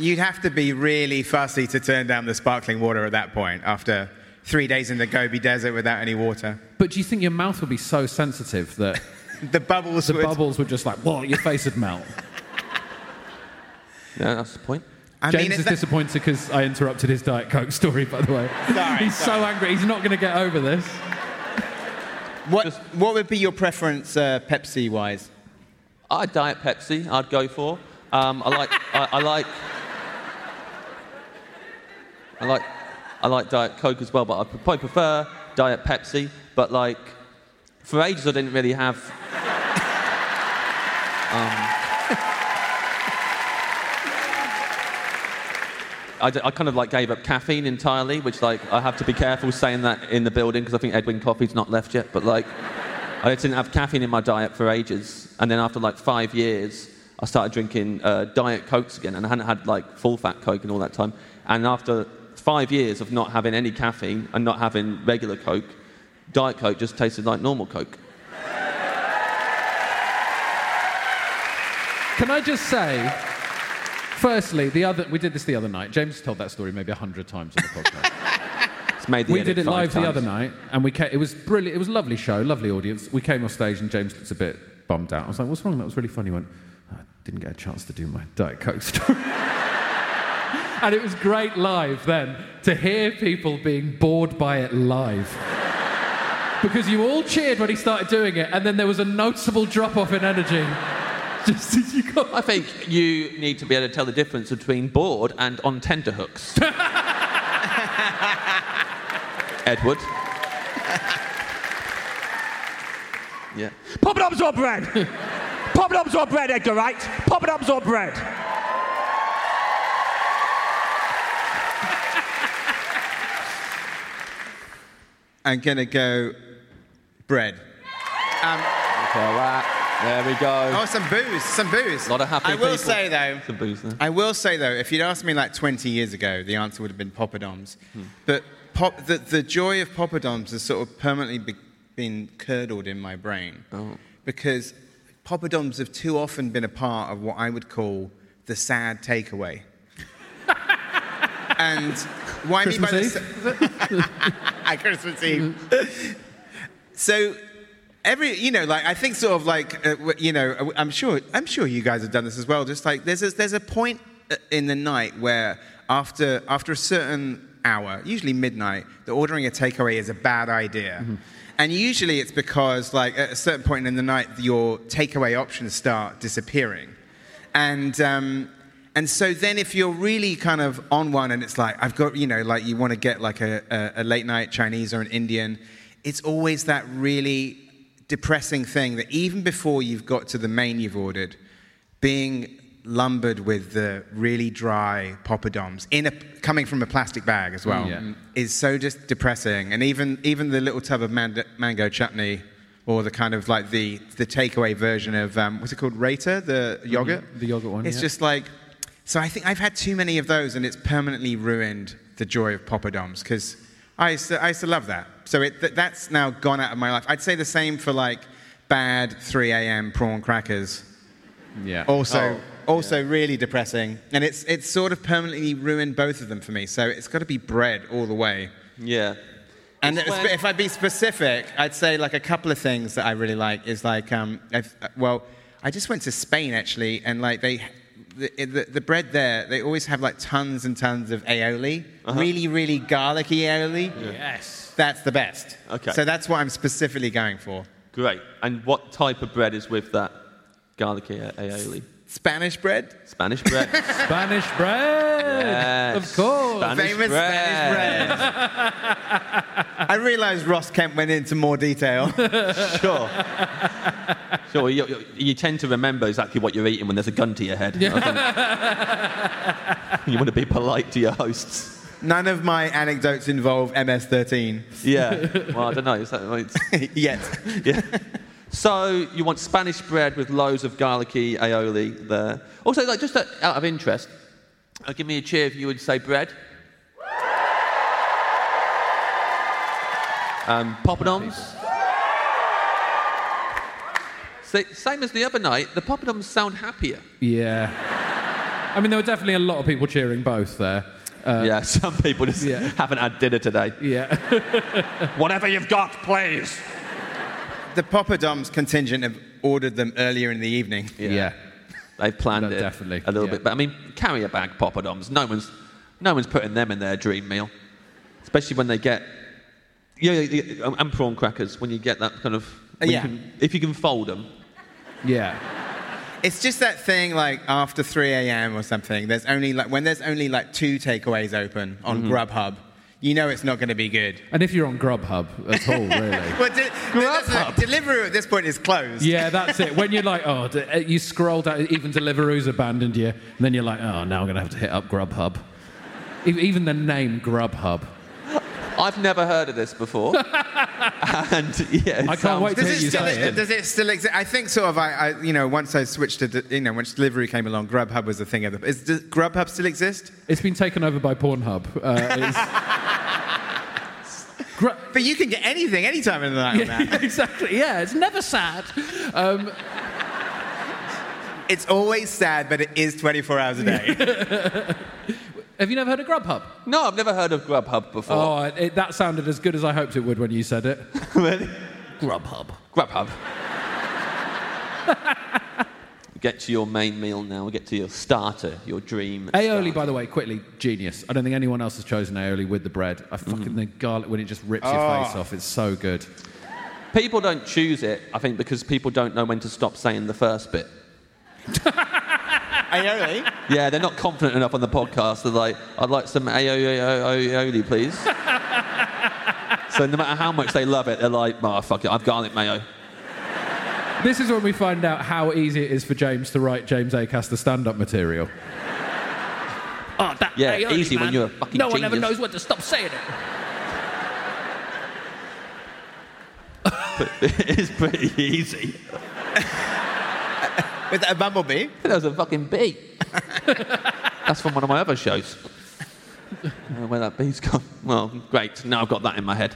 Speaker 4: You'd have to be really fussy to turn down the sparkling water at that point after three days in the Gobi Desert without any water.
Speaker 2: But do you think your mouth would be so sensitive that
Speaker 4: The bubbles
Speaker 2: the
Speaker 4: would.
Speaker 2: bubbles would just like, whoa, your face would melt?
Speaker 3: Yeah, that's the point.
Speaker 4: I
Speaker 2: James
Speaker 4: mean,
Speaker 2: is
Speaker 4: it's that-
Speaker 2: disappointed because I interrupted his Diet Coke story, by the way.
Speaker 4: Sorry,
Speaker 2: He's so
Speaker 4: sorry.
Speaker 2: angry. He's not going to get over this.
Speaker 4: what, what would be your preference uh, Pepsi wise?
Speaker 3: I Diet Pepsi. I'd go for. Um, I like. I, I like. I like. I like Diet Coke as well, but I probably prefer Diet Pepsi. But like, for ages, I didn't really have. Um, I, d- I kind of like gave up caffeine entirely, which like I have to be careful saying that in the building because I think Edwin Coffee's not left yet. But like, I didn't have caffeine in my diet for ages, and then after like five years, I started drinking uh, diet cokes again, and I hadn't had like full fat coke in all that time. And after five years of not having any caffeine and not having regular coke, diet coke just tasted like normal coke.
Speaker 2: Can I just say, firstly, the other we did this the other night. James has told that story maybe a hundred times on the podcast.
Speaker 3: It's made the
Speaker 2: we
Speaker 3: edit
Speaker 2: did it
Speaker 3: five
Speaker 2: live
Speaker 3: times.
Speaker 2: the other night, and we ca- it was brilliant. It was a lovely show, lovely audience. We came off stage, and James looks a bit bummed out. I was like, "What's wrong?" That was really funny. He went, "I didn't get a chance to do my diet coke story." and it was great live then to hear people being bored by it live. Because you all cheered when he started doing it, and then there was a noticeable drop off in energy. Just as you got
Speaker 3: I think you need to be able to tell the difference between bored and on tenterhooks. Edward. yeah.
Speaker 7: Poppadoms or bread? Poppadoms or bread, Edgar Wright? Poppadoms or bread?
Speaker 4: I'm going to go bread. Um,
Speaker 3: Okay, all right. There we go.
Speaker 4: oh, some booze, some booze.
Speaker 3: Lot of happy
Speaker 4: I
Speaker 3: people.
Speaker 4: will say, though,
Speaker 3: Some booze there.
Speaker 4: I will say though, if you'd asked me like 20 years ago, the answer would have been poppadoms.
Speaker 3: Hmm.
Speaker 4: But pop, the, the joy of poppadoms has sort of permanently be, been curdled in my brain
Speaker 3: Oh.
Speaker 4: because poppadoms have too often been a part of what I would call the sad takeaway. and why me by the
Speaker 2: Christmas
Speaker 4: sa- at Christmas Eve. so every, you know, like I think sort of like uh, w- you know, I'm sure, I'm sure you guys have done this as well. Just like there's a, there's a point uh, in the night where after after a certain hour, usually midnight, the ordering a takeaway is a bad idea. And usually it's because, like, at a certain point in the night, your takeaway options start disappearing. And um, and so then if you're really kind of on one and it's like, I've got, you know, like you want to get like a, a, a late night Chinese or an Indian, it's always that really depressing thing that even before you've got to the main you've ordered, being lumbered with the really dry poppadoms in a, coming from a plastic bag as well
Speaker 2: Yeah.
Speaker 4: is so just depressing. And even even the little tub of man- mango chutney, or the kind of like the the takeaway version of um, what's it called, Raita, the yogurt,
Speaker 2: Mm-hmm. the yogurt one,
Speaker 4: It's
Speaker 2: yeah.
Speaker 4: just like so. I think I've had too many of those, and it's permanently ruined the joy of poppadoms because I used to, I used to love that. So it, th- that's now gone out of my life. I'd say the same for like bad 3 a.m. prawn crackers
Speaker 2: yeah.
Speaker 4: also also really depressing and it's it's sort of permanently ruined both of them for me so it's got to be bread all the way
Speaker 3: Yeah.
Speaker 4: and
Speaker 3: It's
Speaker 4: it's-
Speaker 3: when-
Speaker 4: if i'd be specific i'd say like a couple of things that i really like is like um I've, well i just went to spain actually and like they the, the, the bread there they always have like tons and tons of aioli
Speaker 3: Uh-huh.
Speaker 4: really really garlicky aioli
Speaker 2: yes.
Speaker 4: that's the best
Speaker 3: Okay.
Speaker 4: so that's what i'm specifically going for
Speaker 3: Great. And what type of bread is with that garlicky a- aioli?
Speaker 4: spanish bread
Speaker 3: Spanish bread.
Speaker 2: Spanish bread.
Speaker 3: Yes.
Speaker 2: Of course.
Speaker 3: Spanish
Speaker 4: famous
Speaker 3: bread.
Speaker 4: Spanish bread. I realised Ross Kemp went into more detail.
Speaker 3: Sure. sure. You, you, you tend to remember exactly what you're eating when there's a gun to your head. I think- you want to be polite to your hosts.
Speaker 4: None of my anecdotes involve MS-13
Speaker 3: Yeah. Well, I don't know. Is that, well, it's-
Speaker 4: yet.
Speaker 3: yeah. So you want Spanish bread with loads of garlicky aioli there. Also, like just uh, out of interest, uh, give me a cheer if you would say bread. Um, poppadoms. Sa- Same as the other night, the poppadoms sound happier.
Speaker 2: Yeah. I mean, there were definitely a lot of people cheering both there.
Speaker 3: yeah, some people just
Speaker 2: yeah.
Speaker 3: haven't had dinner today.
Speaker 2: Yeah.
Speaker 7: Whatever you've got, please.
Speaker 4: The poppadoms contingent have ordered them earlier in the evening.
Speaker 2: Yeah.
Speaker 3: They've planned
Speaker 2: No,
Speaker 3: it
Speaker 2: definitely,
Speaker 3: a little
Speaker 2: yeah.
Speaker 3: bit, but I mean, carrier bag poppadoms. No one's, no one's putting them in their dream meal, especially when they get, yeah, yeah, yeah, um, and prawn crackers. When you get that kind of, when you
Speaker 4: yeah.
Speaker 3: can- if you can fold them,
Speaker 2: Yeah.
Speaker 4: It's just that thing like after
Speaker 2: Mm-hmm.
Speaker 4: 3 a.m. or something. There's only like when there's only like two takeaways open on Grubhub. you know it's not going to be good.
Speaker 2: And if you're on Grubhub at all, really.
Speaker 4: But de- delivery at this point is closed.
Speaker 2: Yeah, that's it. When you're like, oh, d- uh, you scroll down, even Deliveroo's abandoned you, and then you're like, oh, now I'm going to have to hit up Grubhub. E- Even the name Grubhub.
Speaker 3: I've never heard of this before. and yeah, it
Speaker 2: I can't
Speaker 3: sounds-
Speaker 2: wait to
Speaker 4: Does
Speaker 2: hear
Speaker 4: it,
Speaker 2: you
Speaker 4: still,
Speaker 2: say it.
Speaker 4: does it still exist? I think sort of. I, I you know, once I switched to, de- you know, once delivery came along, Grubhub was a thing of the. Is, does Grubhub still exist?
Speaker 2: It's been taken over by Pornhub. Uh, it's... Gru-
Speaker 4: But you can get anything anytime in the night. on that.
Speaker 2: exactly. Yeah, it's never sad. Um,
Speaker 4: It's always sad, but it is 24 hours a day.
Speaker 2: have you never heard of Grubhub?
Speaker 3: No, I've never heard of Grubhub before.
Speaker 2: Oh, it, that sounded as good as I hoped it would when you said it.
Speaker 3: Really?
Speaker 2: Grubhub.
Speaker 3: Grubhub. get to your main meal now. Get to your starter, your dream.
Speaker 2: Aioli, by the way, quickly, genius. I don't think anyone else has chosen aioli with the bread. I fucking the garlic when it just rips your face off. It's so good.
Speaker 3: People don't choose it, I think, because people don't know when to stop saying the first bit.
Speaker 6: E?
Speaker 4: Aioli?
Speaker 3: Yeah, they're not confident enough on the podcast. They're like, I'd like some E, aioli, please. so no matter how much they love it, they're like, oh, fuck it, I've garlic mayo.
Speaker 2: This is when we find out how easy it is for James to write James Acaster stand-up material.
Speaker 6: Oh, that
Speaker 3: Yeah,
Speaker 6: aioli,
Speaker 3: easy when
Speaker 6: man.
Speaker 3: you're a fucking
Speaker 6: No one ever
Speaker 3: genius.
Speaker 6: knows when to stop saying it.
Speaker 3: it is pretty easy.
Speaker 4: With a bumblebee?
Speaker 3: That was a fucking bee. That's from one of my other shows. I don't know where that bee's gone. Well, great. Now I've got that in my head.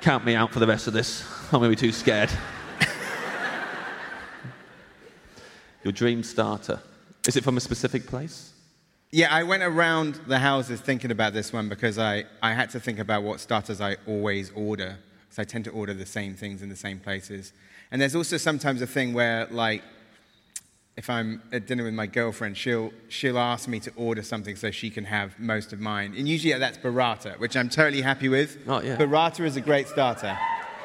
Speaker 3: Count me out for the rest of this. I'm going to be too scared. Your dream starter. Is it from a specific place?
Speaker 4: Yeah, I went around the houses thinking about this one because I, I had to think about what starters I always order. Because I tend to order the same things in the same places. And there's also sometimes a thing where, like, if I'm at dinner with my girlfriend, she'll, she'll ask me to order something so she can have most of mine. And usually that's burrata, which I'm totally happy with.
Speaker 3: Oh, yeah.
Speaker 4: Burrata is a great starter.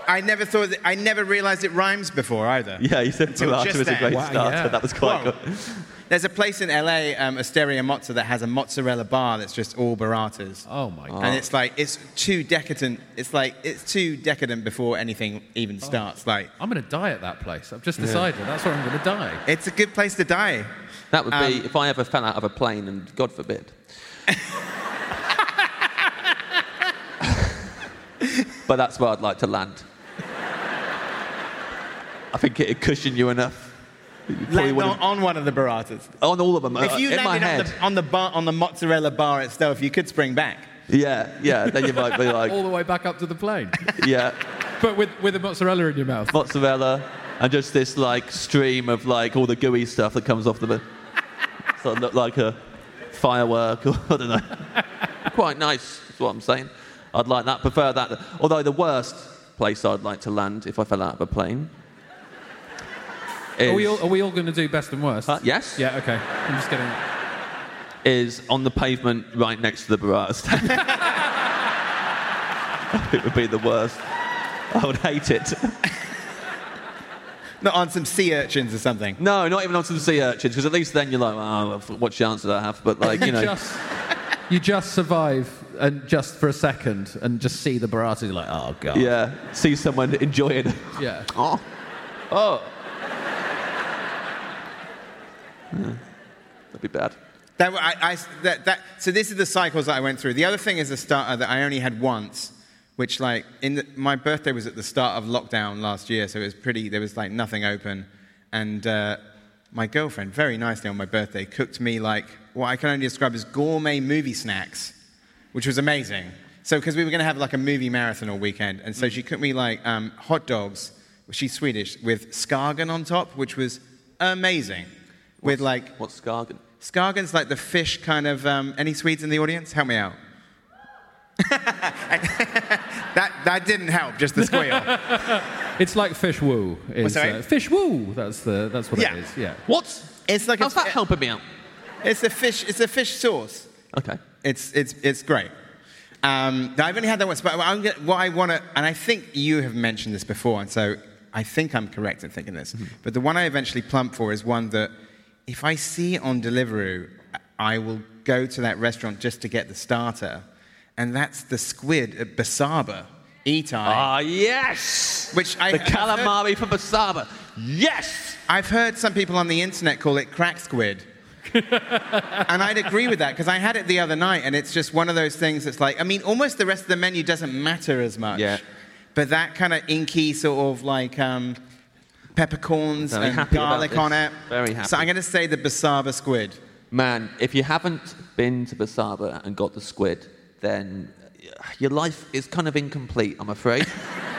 Speaker 4: I never thought that, I never realized it rhymes before either.
Speaker 3: Yeah, you said
Speaker 4: Until
Speaker 3: Pilato
Speaker 4: just
Speaker 3: was a
Speaker 4: then.
Speaker 3: great
Speaker 4: Wow,
Speaker 3: starter.
Speaker 2: yeah.
Speaker 3: That was quite
Speaker 4: Whoa.
Speaker 3: good.
Speaker 4: There's a place in LA, um, Osteria Mozza, that has a mozzarella bar that's just all burratas.
Speaker 2: Oh my god.
Speaker 4: And it's like it's too decadent. It's like it's too decadent before anything
Speaker 3: Oh.
Speaker 4: even starts. Like
Speaker 2: I'm going to die at that place. I've just decided that's where I'm going to die.
Speaker 4: it's a good place to die.
Speaker 3: That would be
Speaker 4: Um,
Speaker 3: if I ever fell out of a plane, and God forbid. but that's where I'd like to land. I think it'd cushion you enough. You probably
Speaker 4: Land on,
Speaker 3: wouldn't-
Speaker 4: on one of the burratas.
Speaker 3: on all of them. uh,
Speaker 4: If you
Speaker 3: in my
Speaker 4: landed
Speaker 3: head.
Speaker 4: on the, on the bar on the mozzarella bar itself, you could spring back.
Speaker 3: Yeah, yeah. Then you might be
Speaker 2: All
Speaker 3: like,
Speaker 2: the way back up to the plane,
Speaker 3: yeah,
Speaker 2: but with with a mozzarella in your mouth.
Speaker 3: mozzarella, and just this like stream of like all the gooey stuff that comes off the. So it looked like a firework or I don't know. Quite nice, is what I'm saying. I'd like that, prefer that. Although the worst place I'd like to land if I fell out of a plane. Is,
Speaker 2: Are we all, are we all going to do best and worst?
Speaker 3: Huh? uh, Yes.
Speaker 2: Yeah. Okay. I'm just kidding.
Speaker 3: is on the pavement right next to the barrage stand. it would be the worst. I would hate it.
Speaker 4: Not on some sea urchins or something.
Speaker 3: No, not even onto the sea urchins, because at least then you're like, oh, well, what chance did I have? But like, you know,
Speaker 2: just you just survive and just for a second and just see the Barati you're like oh god
Speaker 3: yeah, see someone enjoying.
Speaker 2: yeah
Speaker 3: Oh. Oh. That'd be bad.
Speaker 4: That, I, I, that, that, so this is the cycles that I went through. The other thing is a starter that I only had once, which like in the, my birthday was at the start of lockdown last year, so it was pretty. There was like nothing open, and uh, my girlfriend very nicely on my birthday cooked me like what I can only describe as gourmet movie snacks, which was amazing. So because we were going to have like a movie marathon all weekend, and so she cooked me like um, hot dogs. She's Swedish with skargan on top, which was amazing. With like
Speaker 3: What's Scargan?
Speaker 4: Skargan's like the fish kind of. Um, any Swedes in the audience? Help me out. that, that didn't help, just the squeal.
Speaker 2: it's like fish woo is,
Speaker 4: sorry?
Speaker 2: uh, fish woo that's the that's what
Speaker 4: Yeah.
Speaker 2: it is yeah
Speaker 3: What?
Speaker 4: It's like
Speaker 3: How's
Speaker 4: it's-
Speaker 3: that helping me out?
Speaker 4: it's a fish. It's a fish sauce.
Speaker 3: Okay.
Speaker 4: It's, it's, it's great. Um, now, I've only had that once, but I'm gonna, what I want to, and I think you have mentioned this before, and so I think I'm correct in thinking this. But the one I eventually plump for is one that if I see it on Deliveroo, I will go to that restaurant just to get the starter, and that's the squid at Basaba, Itai.
Speaker 3: Ah, yes!
Speaker 4: Which I-
Speaker 3: The calamari from Basaba. Yes!
Speaker 4: I've heard some people on the internet call it crack squid. and I'd agree with that because I had it the other night, and it's just one of those things that's like, I mean, almost the rest of the menu doesn't matter as much.
Speaker 3: Yeah.
Speaker 4: But that kind of inky sort of like um, peppercorns
Speaker 3: Very
Speaker 4: and
Speaker 3: happy about
Speaker 4: garlic
Speaker 3: this.
Speaker 4: on it.
Speaker 3: Very happy.
Speaker 4: So I'm going to say the basaba squid.
Speaker 3: Man, if you haven't been to Basaba and got the squid, then your life is kind of incomplete, I'm afraid.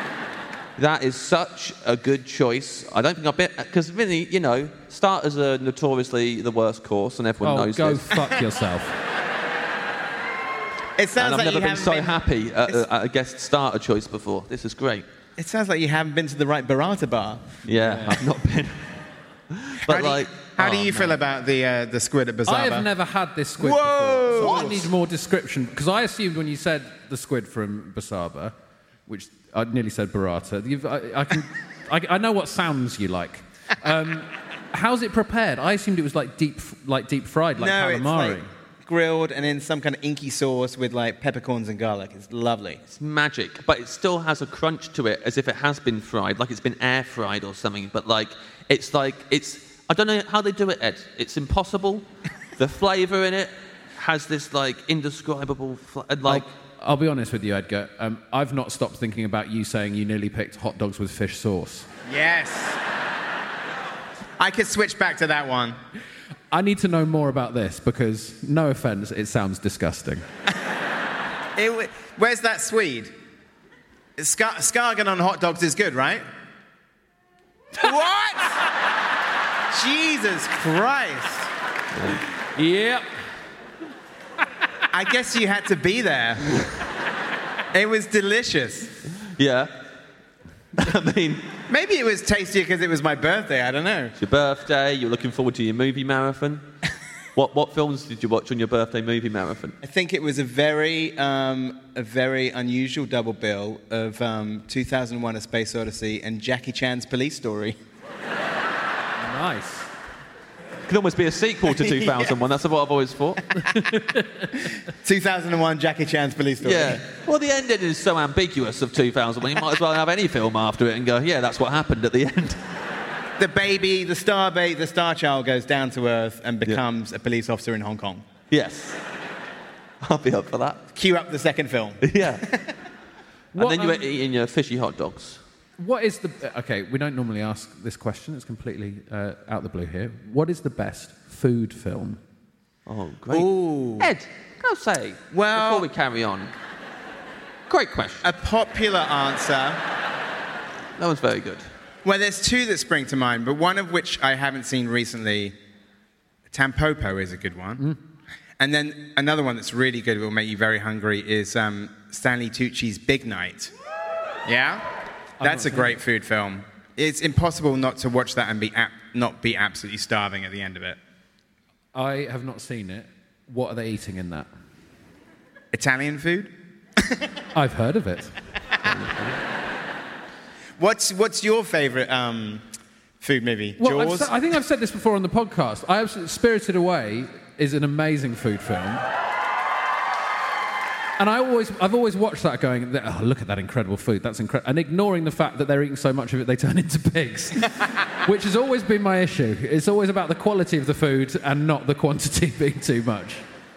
Speaker 3: that is such a good choice. I don't think I've been, because Vinny, you know, starters are notoriously the worst course, and everyone
Speaker 2: oh,
Speaker 3: knows
Speaker 2: go
Speaker 3: this.
Speaker 2: fuck yourself.
Speaker 4: It sounds
Speaker 3: and I've never
Speaker 4: like you
Speaker 3: been
Speaker 4: haven't
Speaker 3: so happy at,
Speaker 4: It's-
Speaker 3: at a guest starter choice before. This is great.
Speaker 4: It sounds like you haven't been to the right barata bar.
Speaker 3: Yeah, I've not been.
Speaker 4: how
Speaker 3: but
Speaker 4: do you,
Speaker 3: like,
Speaker 4: how do
Speaker 3: oh,
Speaker 4: you feel about the uh, the squid at basaba?
Speaker 2: I have never had this squid
Speaker 4: Whoa!
Speaker 2: before. So I
Speaker 4: What?
Speaker 2: need more description because I assumed when you said the squid from Basaba, which I nearly said Barata, you've, I, I, can, I, I know what sounds you like. Um, how's it prepared? I assumed it was like deep, like deep fried, like
Speaker 4: no,
Speaker 2: calamari.
Speaker 4: it's like grilled and in some kind of inky sauce with like peppercorns and garlic. It's lovely.
Speaker 3: It's magic, but it still has a crunch to it as if it has been fried, like it's been air fried or something. But like, it's like, it's, I don't know how they do it, Ed. It's impossible. the flavour in it has this like indescribable, fl- and, like,
Speaker 2: I'll be honest with you, Edgar. Um, I've not stopped thinking about you saying you nearly picked hot dogs with fish sauce.
Speaker 4: Yes. I could switch back to that one.
Speaker 2: I need to know more about this because, no offense, it sounds disgusting.
Speaker 4: It w- where's that Swede? Ska- Skagen on hot dogs is good, right? what? Jesus Christ.
Speaker 2: Yep.
Speaker 4: I guess you had to be there. it was delicious.
Speaker 3: yeah. I mean,
Speaker 4: Maybe it was tastier because it was my birthday. I don't know.
Speaker 3: it's your birthday, you're looking forward to your movie marathon. what, what films did you watch on your birthday movie marathon?
Speaker 4: I think it was a very, um, a very unusual double bill of um, 2001: A Space Odyssey and Jackie Chan's Police Story.
Speaker 2: Nice.
Speaker 3: could almost be a sequel to 2001. That's what I've always thought.
Speaker 4: 2001: Jackie Chan's Police Story.
Speaker 3: Yeah. Well, the ending is so ambiguous of 2001. You might as well have any film after it and go, yeah, that's what happened at the end.
Speaker 4: The baby, the star baby, the star child goes down to earth and becomes a police officer in Hong Kong.
Speaker 3: yes. I'll be up for that.
Speaker 4: Cue up the second film.
Speaker 3: Yeah. and
Speaker 2: What,
Speaker 3: then you were
Speaker 2: um,
Speaker 3: eating your fishy hot dogs.
Speaker 2: What is the uh, okay? We don't normally ask this question. It's completely uh, out the blue here. What is the best food film?
Speaker 3: Oh, great. Ed, can I say,
Speaker 4: Well-
Speaker 3: before we carry on, great question.
Speaker 4: A popular answer.
Speaker 3: That one's very good.
Speaker 4: Well, there's two that spring to mind, but one of which I haven't seen recently. Tampopo is a good one.
Speaker 2: Mm.
Speaker 4: And then another one that's really good, will make you very hungry, is um, Stanley Tucci's Big Night. Yeah? That's a great food film. It's impossible not to watch that and be ap- not be absolutely starving at the end of it.
Speaker 2: I have not seen it. What are they eating in that?
Speaker 4: Italian food?
Speaker 2: I've heard of it.
Speaker 4: What's, what's your favorite um, food movie?
Speaker 2: Well, I've
Speaker 4: Jaws?
Speaker 2: sa- I think I've said this before on the podcast. I absolutely, Spirited Away is an amazing food film. And I always, I've always watched that going, oh, look at that incredible food. That's incredible. And ignoring the fact that they're eating so much of it, they turn into pigs, which has always been my issue. It's always about the quality of the food and not the quantity being too much.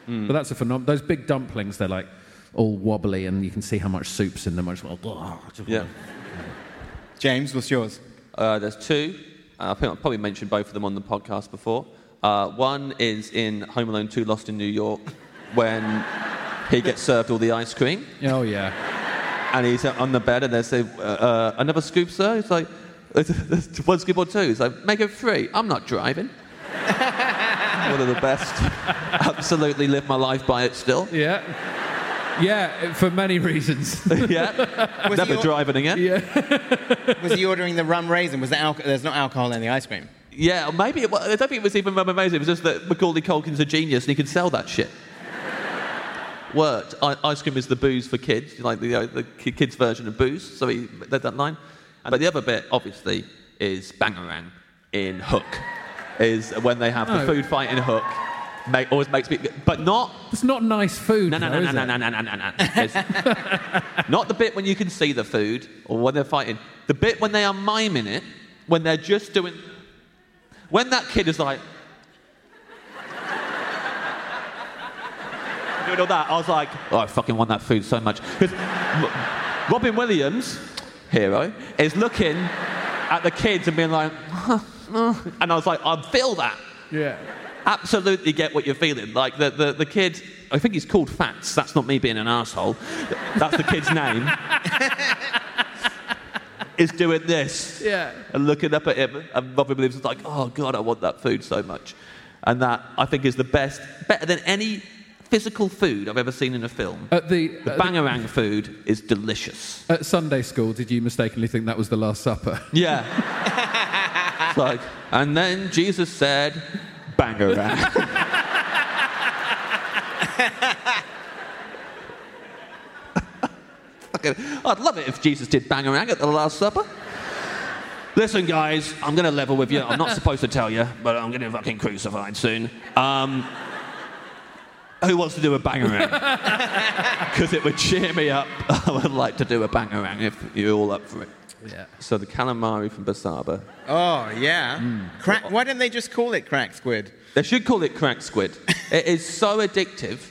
Speaker 2: But that's a phenomenon. Those big dumplings, they're like all wobbly and you can see how much soup's in them. I just like, "Ugh."
Speaker 3: Yeah.
Speaker 4: James, what's yours?
Speaker 3: Uh, there's two. Uh, I think I've probably mentioned both of them on the podcast before. Uh, one is in Home Alone 2 Lost in New York when he gets served all the ice cream.
Speaker 2: oh yeah.
Speaker 3: and he's on the bed, and they say, uh, uh, "Another scoop, sir." He's like, "One scoop or two? He's like, "Make it three. I'm not driving." One of the best. Absolutely live my life by it still.
Speaker 2: Yeah. Yeah, for many reasons.
Speaker 3: Yeah.
Speaker 4: Was
Speaker 3: Never
Speaker 4: he-
Speaker 3: driving again. Yeah.
Speaker 4: Was he ordering the rum raisin? Was there alco- There's not alcohol in the ice cream.
Speaker 3: or maybe it, wa- I don't think it was even Roman Moses. It was just that Macaulay Culkin's a genius and he can sell that shit. Worked. I, ice cream is the booze for kids, like the, uh, the ki- kids' version of booze. So he did that line. But the other bit, obviously, is Bangarang in Hook, is when they have
Speaker 2: No.
Speaker 3: the food fight in Hook. Mate, always makes me. But not.
Speaker 2: It's not nice food.
Speaker 3: No, no,
Speaker 2: though,
Speaker 3: no, no,
Speaker 2: is
Speaker 3: no,
Speaker 2: it?
Speaker 3: no, no, no, no, no. There's- Not the bit when you can see the food or when they're fighting. The bit when they are miming it, when they're just doing. When that kid is like. doing all that, I was like, oh, I fucking want that food so much. 'Cause Ro- Robin Williams, hero, is looking at the kids and being like, and I was like, I feel that
Speaker 2: Yeah.
Speaker 3: absolutely get what you're feeling. Like the, the, the kid, I think he's called Fats. That's not me being an asshole. That's the kid's name. is doing this.
Speaker 2: Yeah.
Speaker 3: And looking up at him, and Robin Williams is like, oh God, I want that food so much. And that, I think, is the best, better than any physical food I've ever seen in a film.
Speaker 2: At the,
Speaker 3: the
Speaker 2: at,
Speaker 3: bangarang food is delicious.
Speaker 2: the- at Sunday school, did you mistakenly think that was the Last Supper?
Speaker 3: Yeah. it's like, and then Jesus said, bangarang. Fucking- I'd love it if Jesus did bangarang at the Last Supper. Listen, guys, I'm going to level with you. I'm not supposed to tell you, but I'm going to fucking crucified soon. Um, who wants to do a bangarang? Because it would cheer me up. I would like to do a bangarang if you're all up for it.
Speaker 2: Yeah.
Speaker 3: So the calamari from Basaba.
Speaker 4: Oh, yeah. Crack, why don't they just call it crack squid?
Speaker 3: They should call it crack squid. it is so addictive.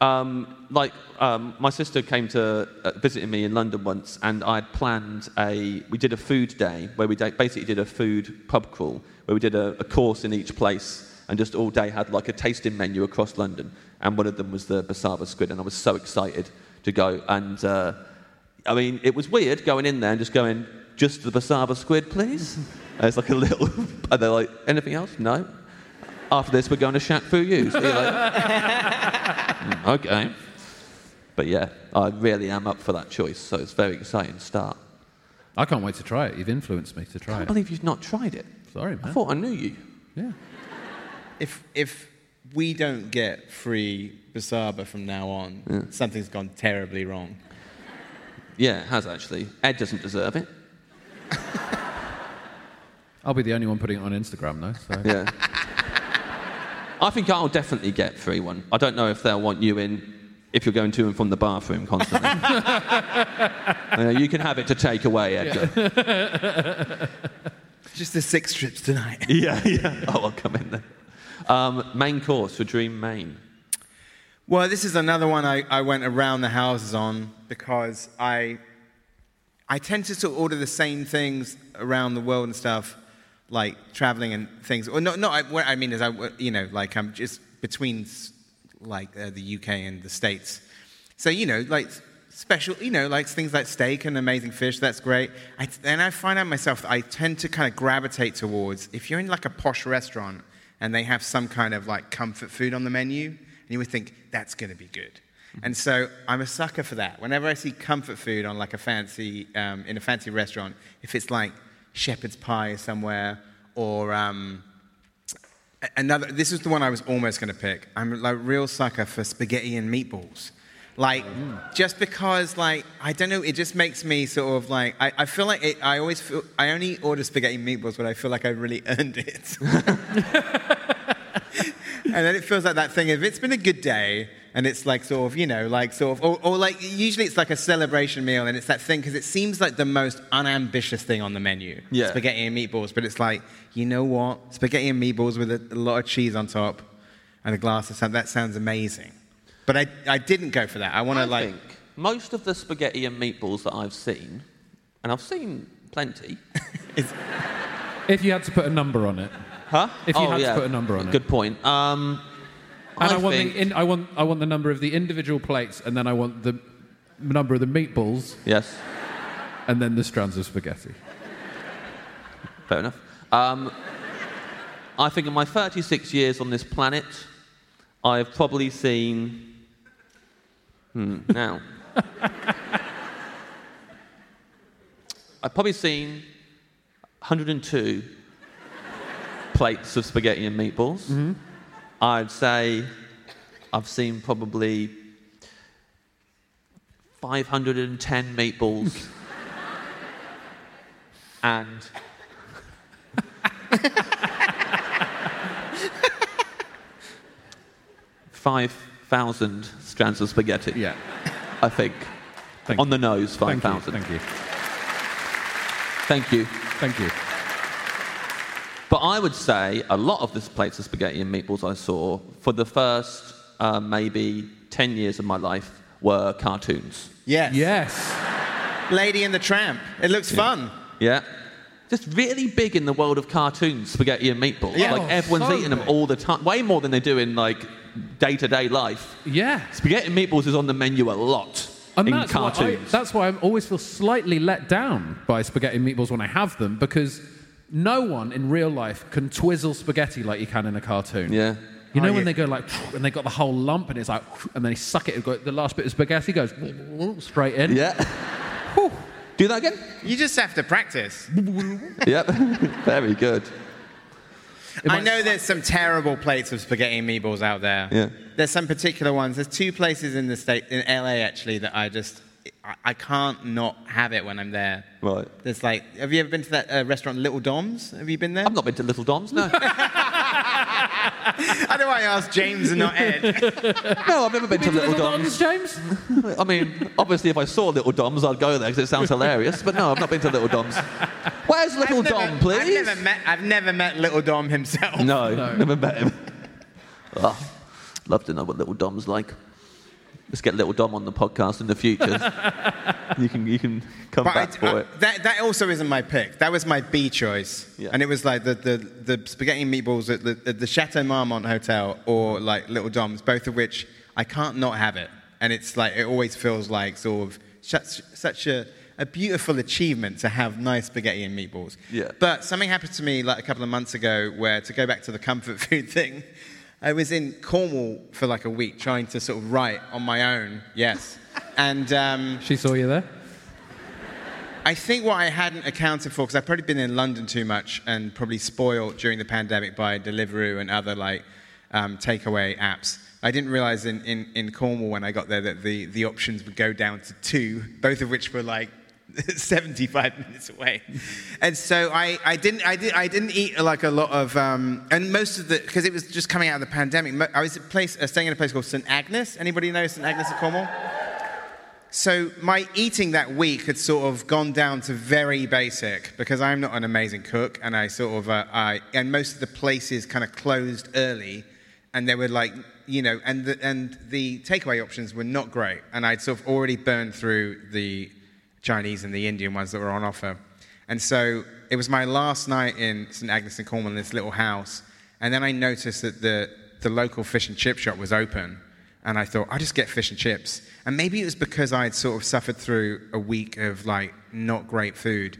Speaker 3: Um, like um, my sister came to uh, visiting me in London once, and I had planned a. We did a food day where we da- basically did a food pub crawl where we did a, a course in each place and just all day had like a tasting menu across London. And one of them was the basava squid, and I was so excited to go. And uh, I mean, it was weird going in there and just going, just the basava squid, please. and it's like a little. and they're like, anything else? No after this, we're going to Shack Fu You. So you're like, "Mm, okay. But yeah, I really am up for that choice, so it's a very exciting start.
Speaker 2: I can't wait to try it. You've influenced me to try
Speaker 3: I can't
Speaker 2: it.
Speaker 3: believe you've not tried it.
Speaker 2: Sorry, man.
Speaker 3: I thought I knew you.
Speaker 2: Yeah.
Speaker 4: If, if we don't get free basaba from now on, something's gone terribly wrong.
Speaker 3: Yeah, it has actually. Ed doesn't deserve it.
Speaker 2: I'll be the only one putting it on Instagram, though. So.
Speaker 3: Yeah. I think I'll definitely get free one. I don't know if they'll want you in if you're going to and from the bathroom constantly. You know, you can have it to take away, Edgar.
Speaker 4: Just the six strips tonight.
Speaker 3: Yeah, yeah. Oh, I'll come in then. Um, main course for Dream Main.
Speaker 4: Well, this is another one I, I went around the houses on because I, I tend to sort of order the same things around the world and stuff, like traveling and things. Or no, no. I, what I mean is, I you know, like I'm just between s- like uh, the UK and the States. So you know, like special, you know, like things like steak and amazing fish. That's great. I, and I find out myself that I tend to kind of gravitate towards if you're in like a posh restaurant and they have some kind of like comfort food on the menu, and you would think that's going to be good. And so I'm a sucker for that. Whenever I see comfort food on like a fancy um, in a fancy restaurant, if it's like shepherd's pie somewhere or um, a- another this is the one i was almost going to pick i'm like a real sucker for spaghetti and meatballs like just because like i don't know it just makes me sort of like i, I feel like it, i always feel i only order spaghetti and meatballs when i feel like i really earned it and then it feels like that thing if it's been a good day and it's like sort of you know like sort of or, or like usually it's like a celebration meal and it's that thing because it seems like the most unambitious thing on the menu
Speaker 3: Yeah.
Speaker 4: spaghetti and meatballs but it's like you know what spaghetti and meatballs with a, a lot of cheese on top and a glass of something that sounds amazing but i, I didn't go for that i want
Speaker 3: I
Speaker 4: to like
Speaker 3: think most of the spaghetti and meatballs that I've seen, and I've seen plenty.
Speaker 2: If you had to put a number on it,
Speaker 3: Huh?
Speaker 2: If you had to put a number on it.
Speaker 3: Oh, Good point. Um,
Speaker 2: and
Speaker 3: I
Speaker 2: I, want
Speaker 3: think-
Speaker 2: the in, I want I want the number of the individual plates, and then I want the number of the meatballs,
Speaker 3: yes,
Speaker 2: and then the strands of spaghetti.
Speaker 3: fair enough. Um, I think in my 36 years on this planet, I've probably seen. Hmm, now. I've probably seen 102 plates of spaghetti and meatballs. I'd say I've seen probably 510 meatballs and. 5,000 strands of spaghetti.
Speaker 2: Yeah.
Speaker 3: I think.
Speaker 2: Thank
Speaker 3: On
Speaker 2: you.
Speaker 3: the nose,
Speaker 2: Thank you.
Speaker 3: 5,000.
Speaker 2: Thank you.
Speaker 3: Thank you.
Speaker 2: Thank you.
Speaker 3: But I would say a lot of this plates of spaghetti and meatballs I saw for the first uh, maybe 10 years of my life were cartoons.
Speaker 4: Yes.
Speaker 2: Yes.
Speaker 4: Lady and the Tramp. It looks fun.
Speaker 3: Yeah. Just really big in the world of cartoons, spaghetti and meatballs.
Speaker 4: Yeah.
Speaker 3: Like
Speaker 4: Oh,
Speaker 3: everyone's
Speaker 2: so
Speaker 3: eating them
Speaker 2: big.
Speaker 3: all the time, way more than they do in like day-to-day life.
Speaker 2: Yeah.
Speaker 3: Spaghetti and meatballs is on the menu a lot in
Speaker 2: that's Why I,
Speaker 3: cartoons.
Speaker 2: that's why I always feel slightly let down by spaghetti and meatballs when I have them because no one in real life can twizzle spaghetti like you can in a cartoon.
Speaker 3: yeah.
Speaker 2: You know
Speaker 4: Oh,
Speaker 2: when
Speaker 4: yeah.
Speaker 2: they go like, and they got the whole lump, and it's like, and then they suck it, and go, the last bit of spaghetti goes straight in.
Speaker 3: Yeah. Whew. do that again.
Speaker 4: You just have to practice.
Speaker 3: yep. Very good.
Speaker 4: I know there's some terrible plates of spaghetti and meatballs out there.
Speaker 3: Yeah.
Speaker 4: There's some particular ones. There's two places in the state, in LA actually, that I just, I, I can't not have it when I'm there.
Speaker 3: Right.
Speaker 4: There's like, have you ever been to that uh, restaurant, Little Dom's? Have you been there?
Speaker 3: I've not been to Little Dom's. No.
Speaker 4: I know I asked James and not Ed.
Speaker 3: no, I've never been to Little, Dom's.
Speaker 2: James.
Speaker 3: I mean, obviously, if I saw Little Dom's, I'd go there because it sounds hilarious. But no, I've not been to Little Dom's. Where's Little
Speaker 4: I've never-
Speaker 3: Dom, please?
Speaker 4: I've never met, I've never met Little Dom himself.
Speaker 3: No, never met him. Oh, love to know what little Dom's like. Let's get little Dom on the podcast in the future. you can you can come
Speaker 4: But I-
Speaker 3: back for
Speaker 4: I-
Speaker 3: it.
Speaker 4: that, that also isn't my pick. That was my B choice.
Speaker 3: Yeah.
Speaker 4: And it was like the, the, the spaghetti and meatballs at the, at the Chateau Marmont Hotel or like Little Dom's, both of which I can't not have it. And it's like, it always feels like sort of such, such a, a beautiful achievement to have nice spaghetti and meatballs.
Speaker 3: Yeah.
Speaker 4: But something happened to me like a couple of months ago where, to go back to the comfort food thing, I was in Cornwall for like a week trying to sort of write on my own. Yes. And. Um,
Speaker 2: She saw you there.
Speaker 4: I think what I hadn't accounted for, because I've probably been in London too much and probably spoiled during the pandemic by Deliveroo and other like um, takeaway apps. I didn't realize in, in, in Cornwall when I got there that the, the options would go down to two, both of which were like 75 minutes away. And so I, I, didn't, I, did, I didn't eat like a lot of, um, and most of the, because it was just coming out of the pandemic. Mo- I was at a place, uh, staying in a place called St. Agnes. Anybody know St. Agnes of Cornwall? So my eating that week had sort of gone down to very basic because I'm not an amazing cook, and I sort of uh, I and most of the places kind of closed early, and they were like you know, and the, and the takeaway options were not great, and I'd sort of already burned through the Chinese and the Indian ones that were on offer, and so it was my last night in St Agnes and Cornwall in this little house, and then I noticed that the the local fish and chip shop was open. And I thought, I'll just get fish and chips. And maybe it was because I'd sort of suffered through a week of like not great food.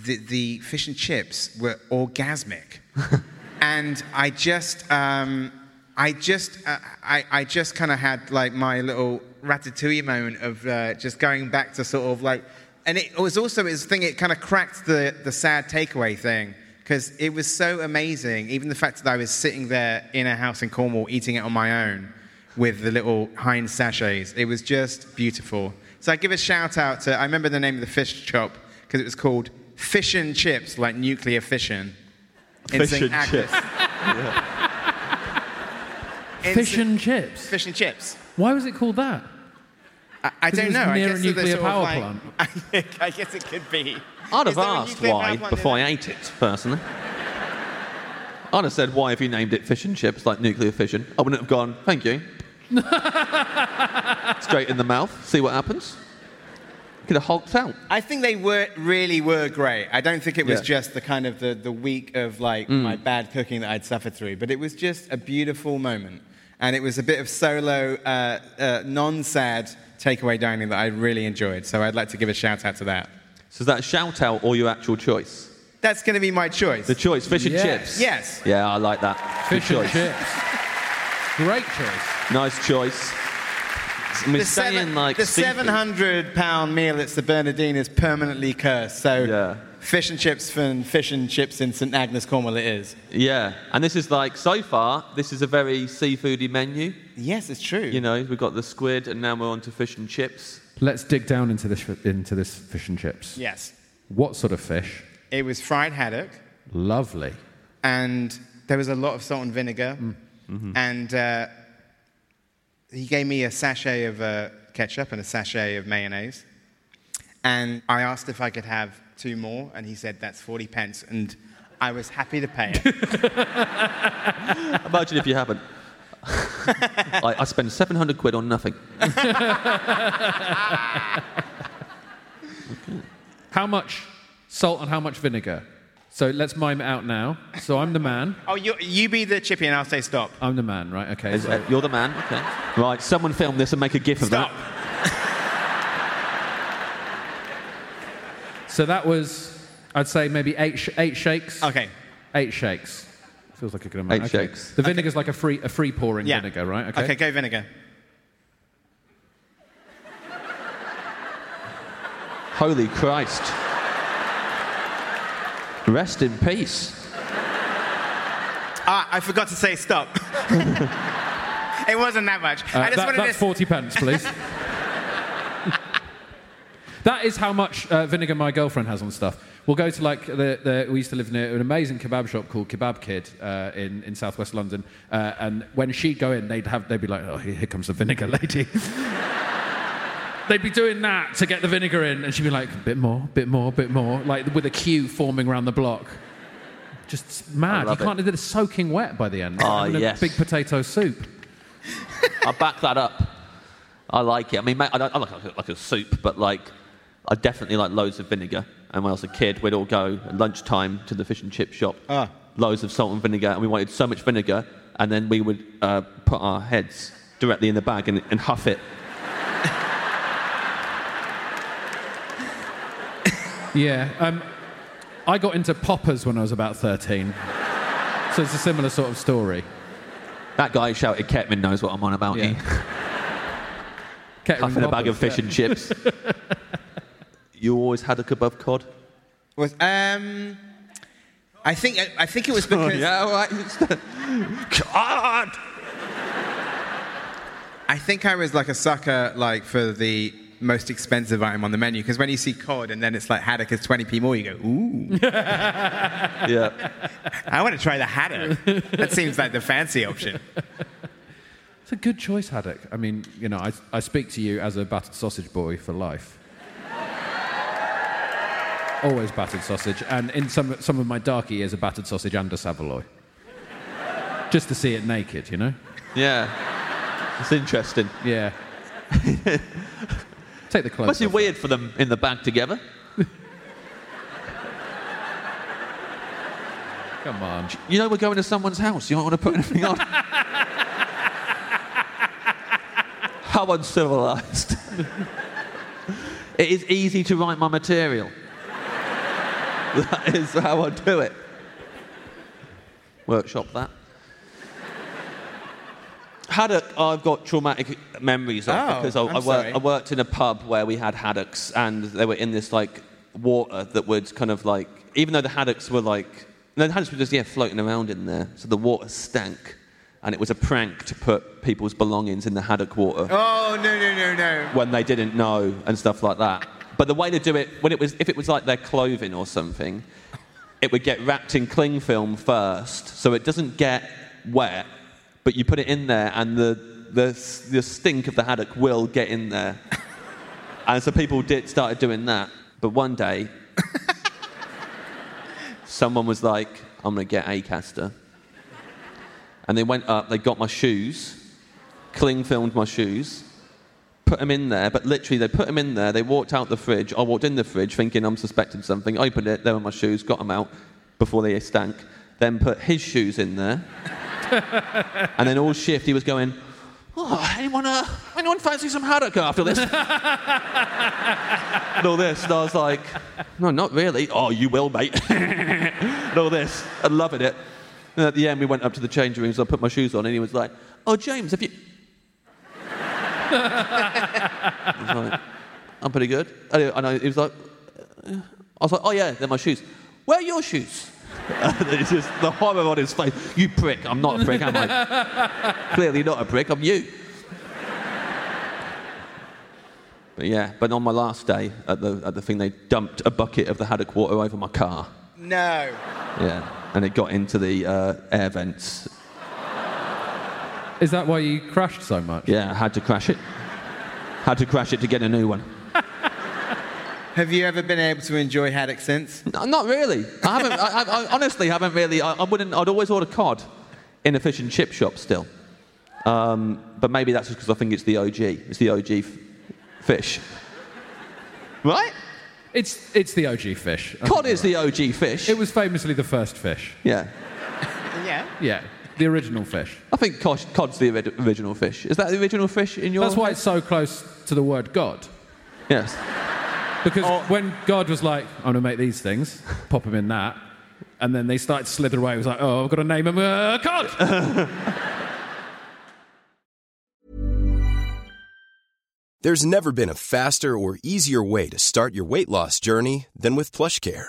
Speaker 4: The, the fish and chips were orgasmic. and I just, um, I just, uh, I, I just kind of had like my little ratatouille moment of uh, just going back to sort of like, and it was also this thing, it kind of cracked the, the sad takeaway thing because it was so amazing. Even the fact that I was sitting there in a house in Cornwall eating it on my own with the little Heinz sachets. It was just beautiful. So I give a shout out to, I remember the name of the fish shop because it was called Fish and Chips, like nuclear fission. In
Speaker 3: Fish
Speaker 4: St.
Speaker 3: and
Speaker 4: Agnes.
Speaker 3: chips.
Speaker 4: In
Speaker 2: Fish
Speaker 4: St-
Speaker 2: and chips.
Speaker 4: Fish and chips.
Speaker 2: Why was it called that?
Speaker 4: I, I
Speaker 2: 'Cause it
Speaker 4: don't
Speaker 2: was
Speaker 4: know. I
Speaker 2: near a
Speaker 4: guess that they're
Speaker 2: nuclear
Speaker 4: sort of
Speaker 2: power
Speaker 4: like-
Speaker 2: plant.
Speaker 4: I, think- I guess it could be.
Speaker 3: I'd have
Speaker 4: Is there a
Speaker 3: asked
Speaker 4: nuclear power
Speaker 3: why
Speaker 4: plant
Speaker 3: before
Speaker 4: in
Speaker 3: I ate it, personally. I'd have said, why have you named it fish and chips, like nuclear fission? I wouldn't have gone, thank you. Straight in the mouth, see what happens. Could have hulked out.
Speaker 4: I think they were really were great. I don't think it was
Speaker 3: Yeah. Mm.
Speaker 4: just the kind of the, the week of like my bad cooking that I'd suffered through, but it was just a beautiful moment, and it was a bit of solo, uh, uh, non-sad takeaway dining that I really enjoyed. So I'd like to give a shout out to that.
Speaker 3: So is that a shout out or your actual choice?
Speaker 4: That's going to be my choice.
Speaker 3: The choice, fish and
Speaker 2: Yes.
Speaker 3: chips.
Speaker 4: yes.
Speaker 3: Yeah, I like that. Good
Speaker 2: Fish and
Speaker 3: choice.
Speaker 2: chips. Great choice.
Speaker 3: Nice choice. And we're
Speaker 4: The,
Speaker 3: staying
Speaker 4: seven,
Speaker 3: like
Speaker 4: the
Speaker 3: seafood.
Speaker 4: seven hundred pound meal that's the Bernardine is permanently cursed. So
Speaker 3: Yeah.
Speaker 4: fish and chips from fish and chips in St Agnes Cornwall it is.
Speaker 3: Yeah, and this is like so far. This is a very seafoody menu.
Speaker 4: Yes, it's true.
Speaker 3: You know, we've got the squid, and now we're on to fish and chips.
Speaker 2: Let's dig down into this into this fish and chips.
Speaker 4: Yes.
Speaker 2: What sort of fish?
Speaker 4: It was fried haddock,
Speaker 2: Lovely.
Speaker 3: Mm. Mm-hmm.
Speaker 4: and there was a lot of salt and vinegar, and uh, he gave me a sachet of uh, ketchup and a sachet of mayonnaise. And I asked if I could have two more, and he said, that's 40 pence. And I was happy to pay it.
Speaker 3: Imagine if you haven't. I, I spend 700 quid on nothing.
Speaker 2: How much salt and how much vinegar? So let's mime it out now. So I'm the man.
Speaker 4: oh, you, you be the chippy, and I'll say stop.
Speaker 2: I'm the man, right? Okay.
Speaker 3: Is-
Speaker 2: so-
Speaker 3: uh, You're the man. Okay. Right, someone film this and make a gif of that.
Speaker 2: So that was, I'd say maybe eight sh- eight shakes.
Speaker 4: Okay.
Speaker 2: Eight shakes. Feels like a good amount.
Speaker 3: Eight
Speaker 2: Okay.
Speaker 3: shakes.
Speaker 2: The vinegar's like a free a free pouring
Speaker 4: Yeah.
Speaker 2: vinegar, right?
Speaker 4: Okay, go vinegar.
Speaker 3: Holy Christ. Rest in peace.
Speaker 4: Ah, I forgot to say stop. it wasn't that much.
Speaker 2: Uh,
Speaker 4: I just
Speaker 2: that-
Speaker 4: wanted
Speaker 2: that's
Speaker 4: to.
Speaker 2: 40 pence, please. that is how much uh, vinegar my girlfriend has on stuff. We'll go to like the, the we used to live near an amazing kebab shop called Kebab Kid uh, in in southwest London, uh, and when she'd go in, they'd have they'd be like, oh, here here comes the vinegar lady. They'd be doing that to get the vinegar in, and she'd be like, bit more, bit more, bit more, like with a queue forming around the block. Just mad. You
Speaker 3: love it.
Speaker 2: can't. They're soaking wet by the end.
Speaker 3: Ah,
Speaker 2: Having a
Speaker 3: yes.
Speaker 2: Big potato soup.
Speaker 3: I back that up. I like it. I mean, mate, I, don't, I like, like, a, like a soup, but like, I definitely like loads of vinegar. And when I was a kid, we'd all go at lunchtime to the fish and chip shop.
Speaker 4: Ah.
Speaker 3: Loads of salt and vinegar, and we wanted so much vinegar, and then we would uh, put our heads directly in the bag and, and huff it.
Speaker 2: Yeah. Um, I got into poppers when I was about 13. so it's a similar sort of story.
Speaker 3: That guy shouted, Ketman knows what I'm on about. He-
Speaker 2: Kettering
Speaker 3: Huffing a bag
Speaker 2: poppers,
Speaker 3: of fish
Speaker 2: yeah.
Speaker 3: and chips. you always had a kebab cod?
Speaker 4: Was, um, I think I think it was because
Speaker 3: all right. cod!
Speaker 4: I think I was like a sucker like for the most expensive item on the menu because when you see cod and then it's like haddock is 20p more, you go, ooh,
Speaker 3: Yeah.
Speaker 4: I want to try the haddock. that seems like the fancy option.
Speaker 2: It's a good choice, Haddock. I mean, you know, I, I speak to you as a battered sausage boy for life. Always battered sausage, and in some, some of my dark years, a battered sausage and a Savoy. Just to see it naked, you know?
Speaker 3: Yeah. It's interesting.
Speaker 2: Yeah. Take the clothes
Speaker 3: Must be
Speaker 2: off.
Speaker 3: weird for them in the bag together.
Speaker 2: Come on.
Speaker 3: You know, we're going to someone's house. You don't want to put anything on. How uncivilized. it is easy to write my material. That is how I do it. Workshop that. Haddock, I've got traumatic memories of
Speaker 4: Oh,
Speaker 3: because I,
Speaker 4: I'm
Speaker 3: I,
Speaker 4: sorry.
Speaker 3: work, I worked in a pub where we had haddocks and they were in this like water that would kind of like, even though the haddocks were like, no, the haddocks were just, yeah, floating around in there. So the water stank and it was a prank to put people's belongings in the haddock water
Speaker 4: Oh, no, no, no, no.
Speaker 3: when they didn't know and stuff like that. But the way to do it, when it was, if it was like their clothing or something, it would get wrapped in cling film first, so it doesn't get wet. But you put it in there, and the the, the stink of the haddock will get in there. and so people did started doing that. But one day, someone was like, "I'm gonna get Acaster," and they went up. They got my shoes, cling filmed my shoes, put them in there, but literally they put them in there. They walked out the fridge. I walked in the fridge thinking I'm suspecting something. Opened it, there were my shoes, got them out before they stank. Then put his shoes in there. and then all shift, he was going, Oh, anyone, uh, anyone fancy some haddock after this? and all this. And I was like, No, not really. Oh, you will, mate. and all this. And loving it. And at the end, we went up to the change rooms. I put my shoes on, and he was like, Oh, James, have you. I was like, I'm pretty good. And he- and I- he was like, "Uh," I was like, oh yeah, they're my shoes. Where are your shoes? And it's just the horror on his face. You prick. I'm not a prick, am I? Clearly not a prick. I'm you. But yeah, but on my last day at the, at the thing, they dumped a bucket of the haddock water over my car.
Speaker 4: No.
Speaker 3: Yeah. And it got into the uh, air vents
Speaker 2: Is that why you crashed so much?
Speaker 7: Yeah, I had to crash it. had to crash it to get a new one.
Speaker 4: Have you ever been able to enjoy haddock since?
Speaker 7: No, not really. I haven't. I, I, I honestly haven't really. I, I wouldn't. I'd always order cod in a fish and chip shop still. Um, but maybe that's just because I think it's the OG. It's the OG f- fish. Right?
Speaker 2: It's it's the OG fish. I
Speaker 7: Cod
Speaker 2: think
Speaker 7: is the OG fish.
Speaker 2: It was famously the first fish.
Speaker 7: yeah.
Speaker 4: Yeah.
Speaker 2: Yeah, the original fish.
Speaker 7: I think cod, cod's the ori- original fish. Is that the original fish in your?
Speaker 2: That's why it's so close to the word God.
Speaker 7: Yes.
Speaker 2: Because
Speaker 8: Oh.
Speaker 2: when God was like, I'm going to make these things, pop them in that, and then they started to slither away, it was like, oh, I've got to name them uh, God.
Speaker 9: There's never been a faster or easier way to start your weight loss journey than with PlushCare.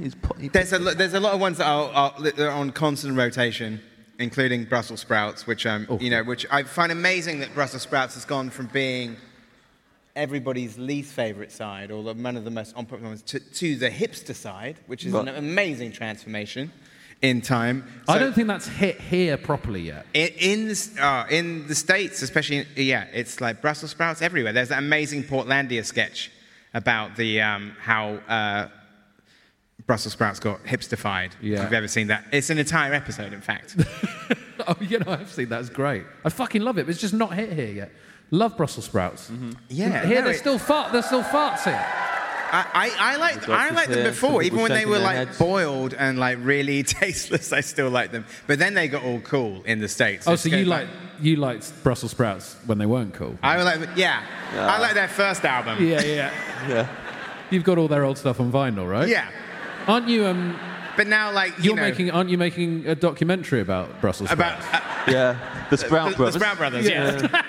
Speaker 7: Is pu-
Speaker 4: There's a, lo- there's a lot of ones that are, are, that are on constant rotation, including Brussels sprouts, which um,
Speaker 2: Oh.
Speaker 4: you know, which I find amazing that Brussels sprouts has gone from being everybody's least favourite side, or the- one of the most unpopular ones, to, to the hipster side, which is an
Speaker 3: Right.
Speaker 4: amazing transformation in time.
Speaker 2: I
Speaker 4: So
Speaker 2: don't think that's hit here properly yet.
Speaker 4: in in the, s- uh, in the states, especially, yeah, it's like Brussels sprouts everywhere. There's that amazing Portlandia sketch about the um, how uh, Brussels sprouts got hipstified.
Speaker 2: Yeah.
Speaker 4: If you've ever seen that, it's an entire episode, in fact.
Speaker 2: oh, you know, I've seen that's great. I fucking love it, but it's just not hit here yet. Love Brussels sprouts.
Speaker 4: Mm-hmm. yeah,
Speaker 2: Here
Speaker 4: no,
Speaker 2: they're
Speaker 4: it-
Speaker 2: still fart. There's still farts here.
Speaker 4: I, I, I liked, I
Speaker 7: doctors
Speaker 4: liked them
Speaker 7: here, some
Speaker 4: before, even
Speaker 7: people
Speaker 4: when they
Speaker 7: shaking
Speaker 4: were
Speaker 7: their
Speaker 4: like
Speaker 7: heads.
Speaker 4: boiled and like really tasteless. I still liked them, but then they got all cool in the states.
Speaker 2: Oh,
Speaker 4: It's
Speaker 2: so you
Speaker 4: kind of
Speaker 2: like you liked Brussels sprouts when they weren't cool.
Speaker 4: I was like, yeah, I like their first album.
Speaker 2: Yeah, yeah.
Speaker 7: yeah.
Speaker 2: You've got all their old stuff on vinyl, right?
Speaker 4: Yeah.
Speaker 2: Aren't you? Um,
Speaker 4: But now, like, you
Speaker 2: you're
Speaker 4: know,
Speaker 2: making. Aren't you making a documentary about Brussels
Speaker 4: about.
Speaker 2: sprouts?
Speaker 4: uh,
Speaker 7: Yeah. The Sprout
Speaker 4: the,
Speaker 7: Brothers.
Speaker 4: The Sprout Brothers, yeah.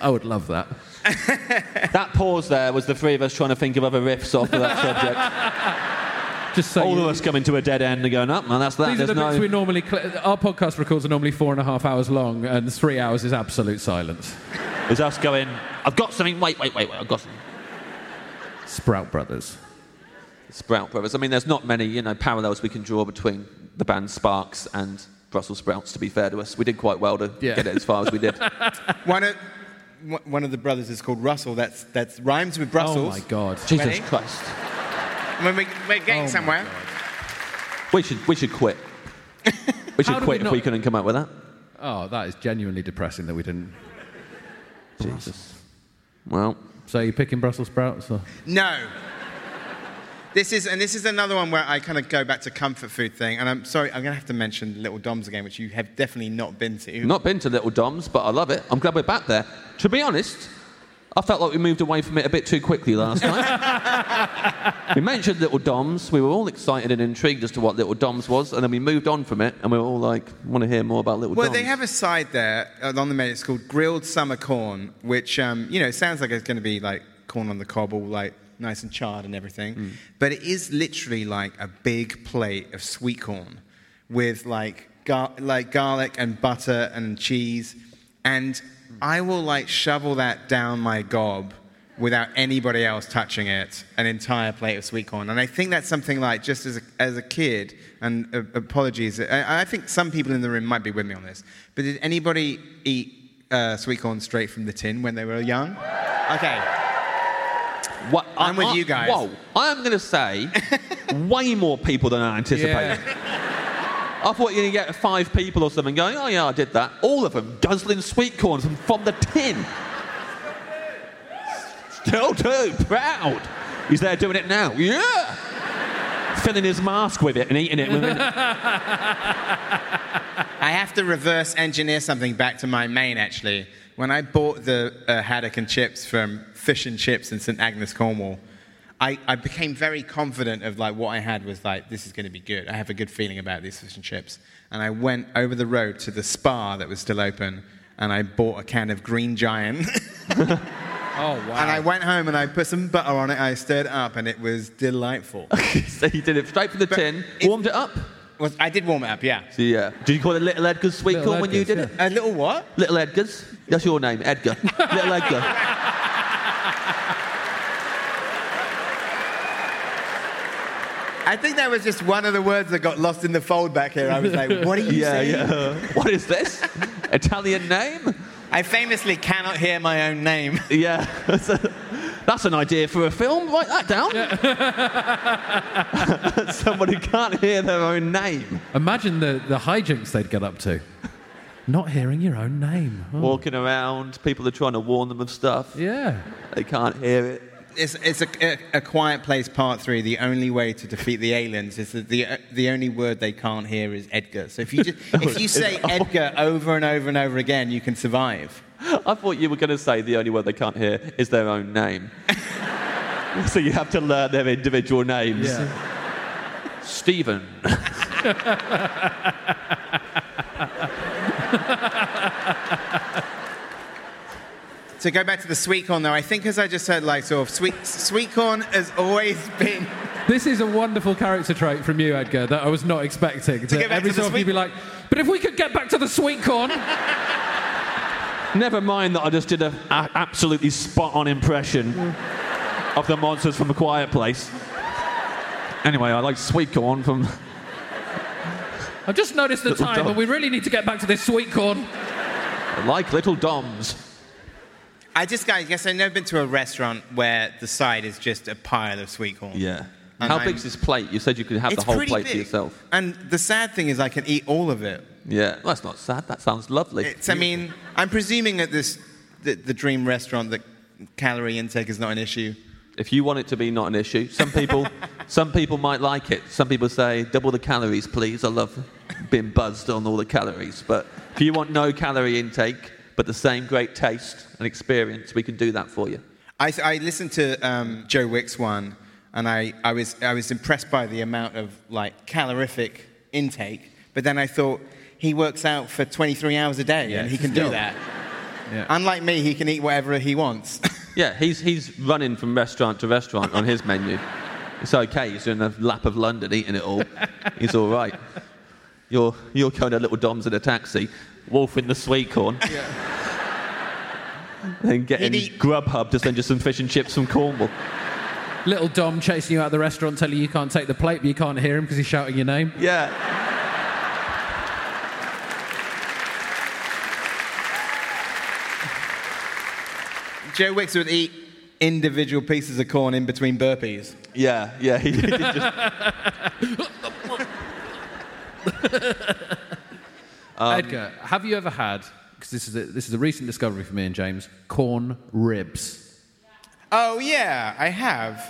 Speaker 2: I would love that.
Speaker 7: That pause there was the three of us trying to think of other riffs off of that subject.
Speaker 2: Just so
Speaker 3: All
Speaker 2: you-
Speaker 3: of us coming to a dead end and going up, man. That's that.
Speaker 2: These are
Speaker 3: There's
Speaker 2: the
Speaker 3: no.
Speaker 2: bits we normally. Cl- our podcast records are normally four and a half hours long, and three hours is absolute silence.
Speaker 3: There's us going. I've got something. Wait, wait, wait, wait. I've got something.
Speaker 2: Sprout Brothers.
Speaker 3: Sprout Brothers. I mean, there's not many, you know, parallels we can draw between the band Sparks and Brussels Sprouts. To be fair to us, we did quite well to
Speaker 4: Yeah.
Speaker 3: get it as far as we did.
Speaker 4: One of, one- one of the brothers is called Russell. That's, that's rhymes with Brussels.
Speaker 3: Oh my God. Oh Jesus
Speaker 4: Ready?
Speaker 3: Christ.
Speaker 4: When we, we're getting somewhere.
Speaker 3: We should, we should quit. We
Speaker 2: How
Speaker 3: should
Speaker 2: did
Speaker 3: quit
Speaker 2: we
Speaker 3: if we
Speaker 2: not-
Speaker 3: couldn't come up with that.
Speaker 2: Oh, that is genuinely depressing that we didn't.
Speaker 3: Jesus. Well.
Speaker 2: So you picking Brussels sprouts? Or?
Speaker 4: No. This is, and this is another one where I kind of go back to comfort food thing. And I'm sorry, I'm going to have to mention Little Dom's again, which you have definitely not been to.
Speaker 3: Not been to Little Dom's, but I love it. I'm glad we're back there. To be honest, I felt like we moved away from it a bit too quickly last night. we mentioned Little Dom's. We were all excited and intrigued as to what Little Dom's was, and then we moved on from it, and we were all like, want to hear more about Little
Speaker 4: Well,
Speaker 3: Dom's.
Speaker 4: they have a side there uh, on the menu. It's called grilled summer corn, which um, you know sounds like it's going to be like corn on the cob, all like nice and charred and everything. But it is literally like a big plate of sweet corn with like gar- like garlic and butter and cheese, and I will like shovel that down my gob without anybody else touching it, an entire plate of sweet corn. And I think that's something like, just as a, as a kid, and uh, apologies, I, I think some people in the room might be with me on this, but did anybody eat uh, sweet corn straight from the tin when they were young? Okay.
Speaker 3: What,
Speaker 4: I'm with
Speaker 3: I-
Speaker 4: you guys.
Speaker 3: Whoa, I am going to say way more people than I anticipated. I thought you were going to get five people or something going, oh, yeah, I did that. All of them guzzling sweet corn from, from the tin. Still too proud. He's there doing it now. Yeah! Filling his mask with it and eating it. Within...
Speaker 4: I have to reverse engineer something back to my main, actually. When I bought the uh, haddock and chips from Fish and Chips in St. Agnes, Cornwall, I, I became very confident of like what I had was like, this is going to be good. I have a good feeling about these fish and chips. And I went over the road to the spa that was still open and I bought a can of Green Giant.
Speaker 2: Oh wow!
Speaker 4: and I went home and I put some butter on it. I stirred it up and it was delightful.
Speaker 3: so he did it straight from the tin, warmed it up.
Speaker 4: Was- I did warm it up, yeah.
Speaker 3: So, yeah. Did you call it Little Edgar's sweet
Speaker 2: Little
Speaker 3: corn when you
Speaker 2: Edgar's,
Speaker 3: did
Speaker 4: A little what?
Speaker 3: it? Little Edgar's? That's your name, Edgar. Little Edgar.
Speaker 4: I think that was just one of the words that got lost in the fold back here. I was like, what are you
Speaker 3: Yeah,
Speaker 4: saying?
Speaker 3: yeah. What is this? Italian name?
Speaker 4: I famously cannot hear my own name.
Speaker 3: Yeah. That's, a- that's an idea for a film. Write that down. Someone who can't hear their own name.
Speaker 2: Imagine the, the hijinks they'd get up to. Not hearing your own name. Oh,
Speaker 3: Walking around, people are trying to warn them of stuff.
Speaker 2: Yeah.
Speaker 3: They can't hear it.
Speaker 4: It's, it's a, a, a Quiet Place Part 3. The only way to defeat the aliens is that the, the only word they can't hear is Edgar. So if you, just,
Speaker 3: Oh,
Speaker 4: if you say Edgar over and over and over again, you can survive.
Speaker 3: I thought you were going to say the only word they can't hear is their own name. so you have to learn their individual names.
Speaker 2: Yeah.
Speaker 3: Stephen.
Speaker 4: To go back to the sweet corn, though, I think as I just said, like sort of sweet, sweet corn has always been.
Speaker 2: This is a wonderful character trait from you, Edgar, that I was not expecting.
Speaker 4: get
Speaker 2: That
Speaker 4: back
Speaker 2: every
Speaker 4: to the
Speaker 2: so often you'd
Speaker 4: sweet-
Speaker 2: be like, but if we could get back to the sweet corn.
Speaker 3: Never mind that I just did an absolutely spot on impression of the monsters from A Quiet Place. Anyway, I like sweet corn from.
Speaker 2: I've just noticed the
Speaker 3: Little
Speaker 2: time,
Speaker 3: dog.
Speaker 2: but we really need to get back to this sweet corn.
Speaker 3: I like Little Doms.
Speaker 4: I just, I guess I've never been to a restaurant where the side is just a pile of sweet corn. And
Speaker 3: How
Speaker 4: I'm-
Speaker 3: big's this plate? You said you could have
Speaker 4: It's
Speaker 3: the whole
Speaker 4: pretty
Speaker 3: plate
Speaker 4: big.
Speaker 3: to yourself.
Speaker 4: And the sad thing is, I can eat all of it.
Speaker 3: Yeah. Well, that's not sad. That sounds lovely.
Speaker 4: It's, I mean, I'm presuming at this, the, the dream restaurant, that calorie intake is not an issue.
Speaker 3: if you want it to be not an issue, some people, some people might like it. Some people say double the calories, please. I love being buzzed on all the calories. But if you want no calorie intake but the same great taste and experience, we can do that for you.
Speaker 4: I, I listened to um, Joe Wick's one, and I, I, was, I was impressed by the amount of like calorific intake. But then I thought, he works out for 23 hours a day, and he can do that. Unlike me, he can eat whatever he wants.
Speaker 3: Yeah, he's, he's running from restaurant to restaurant on his menu. It's okay. He's doing a lap of London, eating it all. He's all right. You're, you're going to little Dom's in a taxi, wolfing the sweet corn. Then getting
Speaker 2: He'd eat-
Speaker 3: Grubhub to send you some fish and chips from Cornwall.
Speaker 2: Little Dom chasing you out of the restaurant, telling you you can't take the plate, but you can't hear him because he's shouting your name.
Speaker 3: Yeah.
Speaker 4: Joe Wicks would eat individual pieces of corn in between burpees.
Speaker 3: Yeah, yeah. He,
Speaker 2: Edgar, have you ever had? Because this is a, this is a recent discovery for me and James. Corn ribs.
Speaker 4: Oh yeah, I have.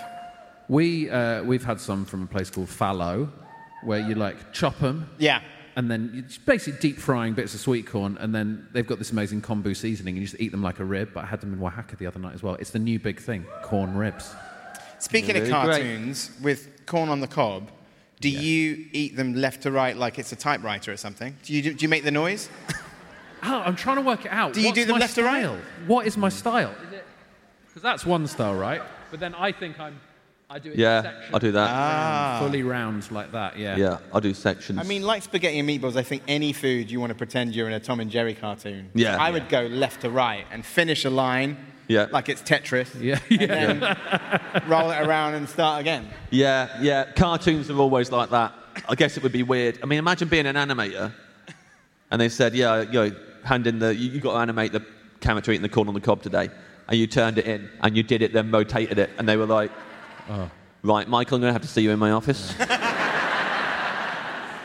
Speaker 2: We uh, we've had some from a place called Fallow, where you like chop them.
Speaker 4: Yeah.
Speaker 2: And then you just basically deep frying bits of sweet corn, and then they've got this amazing kombu seasoning, and you just eat them like a rib. But I had them in Oaxaca the other night as well. It's the new big thing, corn ribs.
Speaker 4: Speaking
Speaker 2: Yeah,
Speaker 4: of
Speaker 2: they're great.
Speaker 4: cartoons, with corn on the cob, do you eat them left to right like it's a typewriter or something? Do you do, you make the noise?
Speaker 2: Oh, I'm trying to work it out.
Speaker 4: Do you
Speaker 2: What's
Speaker 4: do them
Speaker 2: my
Speaker 4: left to right?
Speaker 2: style? What is my style? Because that's one style, right? But then I think I'm. I do it
Speaker 3: Yeah,
Speaker 2: section.
Speaker 3: I do that.
Speaker 2: Ah.
Speaker 4: Ah.
Speaker 2: round, Fully round like that, yeah.
Speaker 3: yeah, I do sections.
Speaker 4: I mean, like spaghetti and meatballs, I think any food you want to pretend you're in a Tom and Jerry cartoon.
Speaker 3: Yeah.
Speaker 4: I would go left to right and finish a line
Speaker 3: yeah.
Speaker 4: like it's Tetris.
Speaker 2: Yeah.
Speaker 4: And then roll it around and start again.
Speaker 3: Yeah, yeah. Cartoons are always like that. I guess it would be weird. I mean, imagine being an animator, and they said, "Yeah, you know, hand in the you, you got to animate the character eating the corn on the cob today," and you turned it in, and you did it, then rotated it, and they were like, "Right, Michael, I'm going to have to see you in my office."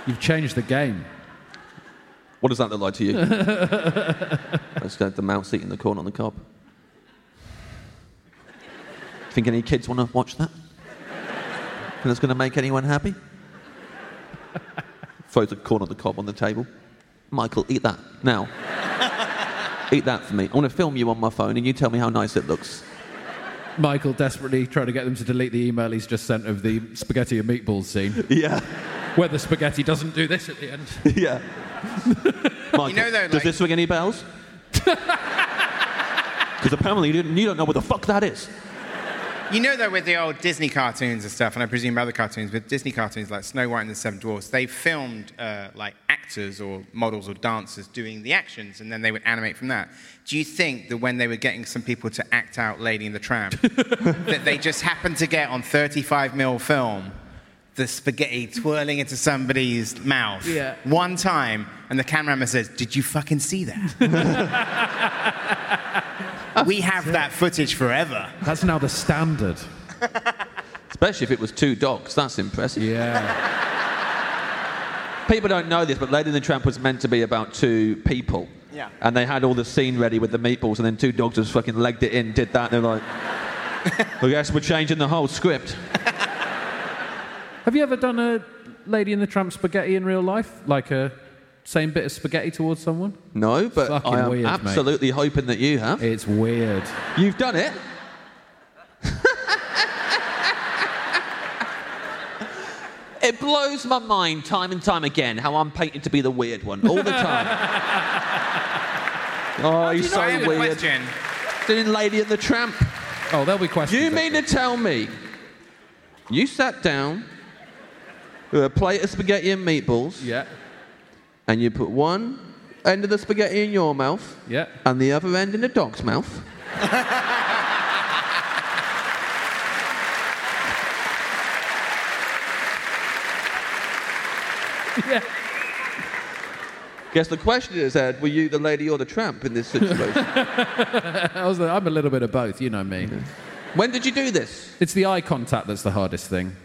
Speaker 2: You've changed the game.
Speaker 3: what does that look like to you? Let's go. The mouse eating the corn on the cob. Think any kids want to watch that? Think that's going to make anyone happy? Throws the corn on the cob on the table. Michael, eat that now. eat that for me. I want to film you on my phone, and you tell me how nice it looks.
Speaker 2: Michael desperately trying to get them to delete the email he's just sent of the spaghetti and meatballs scene,
Speaker 3: Yeah,
Speaker 2: where the spaghetti doesn't do this at the end.
Speaker 3: yeah. Michael,
Speaker 4: though,
Speaker 3: does
Speaker 4: like-
Speaker 3: this ring any bells? Because apparently you, didn't, you don't know what the fuck that is.
Speaker 4: You know, though, with the old Disney cartoons and stuff, and I presume other cartoons, with Disney cartoons like Snow White and the Seven Dwarfs, they filmed uh, like actors or models or dancers doing the actions, and then they would animate from that. Do you think that when they were getting some people to act out Lady in the Tramp, that they just happened to get on 35 mil film? The spaghetti twirling into somebody's mouth.
Speaker 2: Yeah.
Speaker 4: One time, and the cameraman says, Did you fucking see that? we have that footage forever.
Speaker 2: That's now the standard.
Speaker 3: Especially if it was two dogs, that's impressive.
Speaker 2: Yeah.
Speaker 3: People don't know this, but Lady and the Tramp was meant to be about two people.
Speaker 4: Yeah.
Speaker 3: And they had all the scene ready with the meatballs, and then two dogs just fucking legged it in, did that, and they're like, I guess we're changing the whole script.
Speaker 2: Have you ever done a Lady in the Tramp spaghetti in real life? Like a same bit of spaghetti towards someone?
Speaker 3: No, but
Speaker 2: Fucking
Speaker 3: I am
Speaker 2: weird, mate.
Speaker 3: absolutely hoping that you have.
Speaker 2: It's weird.
Speaker 3: You've done it. it blows my mind time and time again how I'm painted to be the weird one all the time. oh, he's so
Speaker 4: I have a
Speaker 3: weird.
Speaker 4: question.
Speaker 3: Doing Lady and the Tramp.
Speaker 2: Oh, there'll be questions.
Speaker 3: You mean to tell me you sat down with a plate of spaghetti and meatballs
Speaker 2: Yeah.
Speaker 3: and you put one end of the spaghetti in your mouth
Speaker 2: Yeah.
Speaker 3: and the other end in the dog's mouth?
Speaker 2: Yeah.
Speaker 3: Guess the question is, Ed, were you the lady or the tramp in this situation?
Speaker 2: I was, I'm a little bit of both, you know me.
Speaker 3: when did you do this?
Speaker 2: It's the eye contact that's the hardest thing.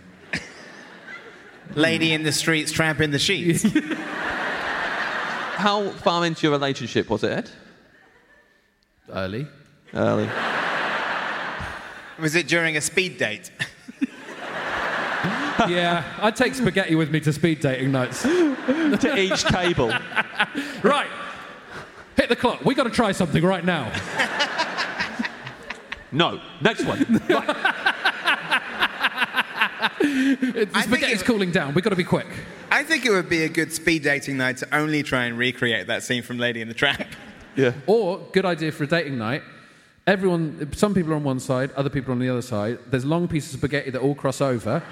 Speaker 4: Lady in the streets, tramp in the sheets.
Speaker 3: How far into your relationship was it, Ed?
Speaker 2: Early.
Speaker 3: Early.
Speaker 4: Was it during a speed date?
Speaker 2: yeah, I take spaghetti with me to speed dating nights.
Speaker 3: to each table.
Speaker 2: Right. Hit the clock. We got to try something right now.
Speaker 3: No. Next one.
Speaker 2: It's, the
Speaker 4: I think
Speaker 2: spaghetti's
Speaker 4: it-
Speaker 2: cooling down. We got to be quick.
Speaker 4: I think it would be a good speed dating night to only try and recreate that scene from Lady in the Tramp.
Speaker 3: Yeah.
Speaker 2: Or good idea for a dating night. Everyone, some people are on one side, other people are on the other side. There's long pieces of spaghetti that all cross over.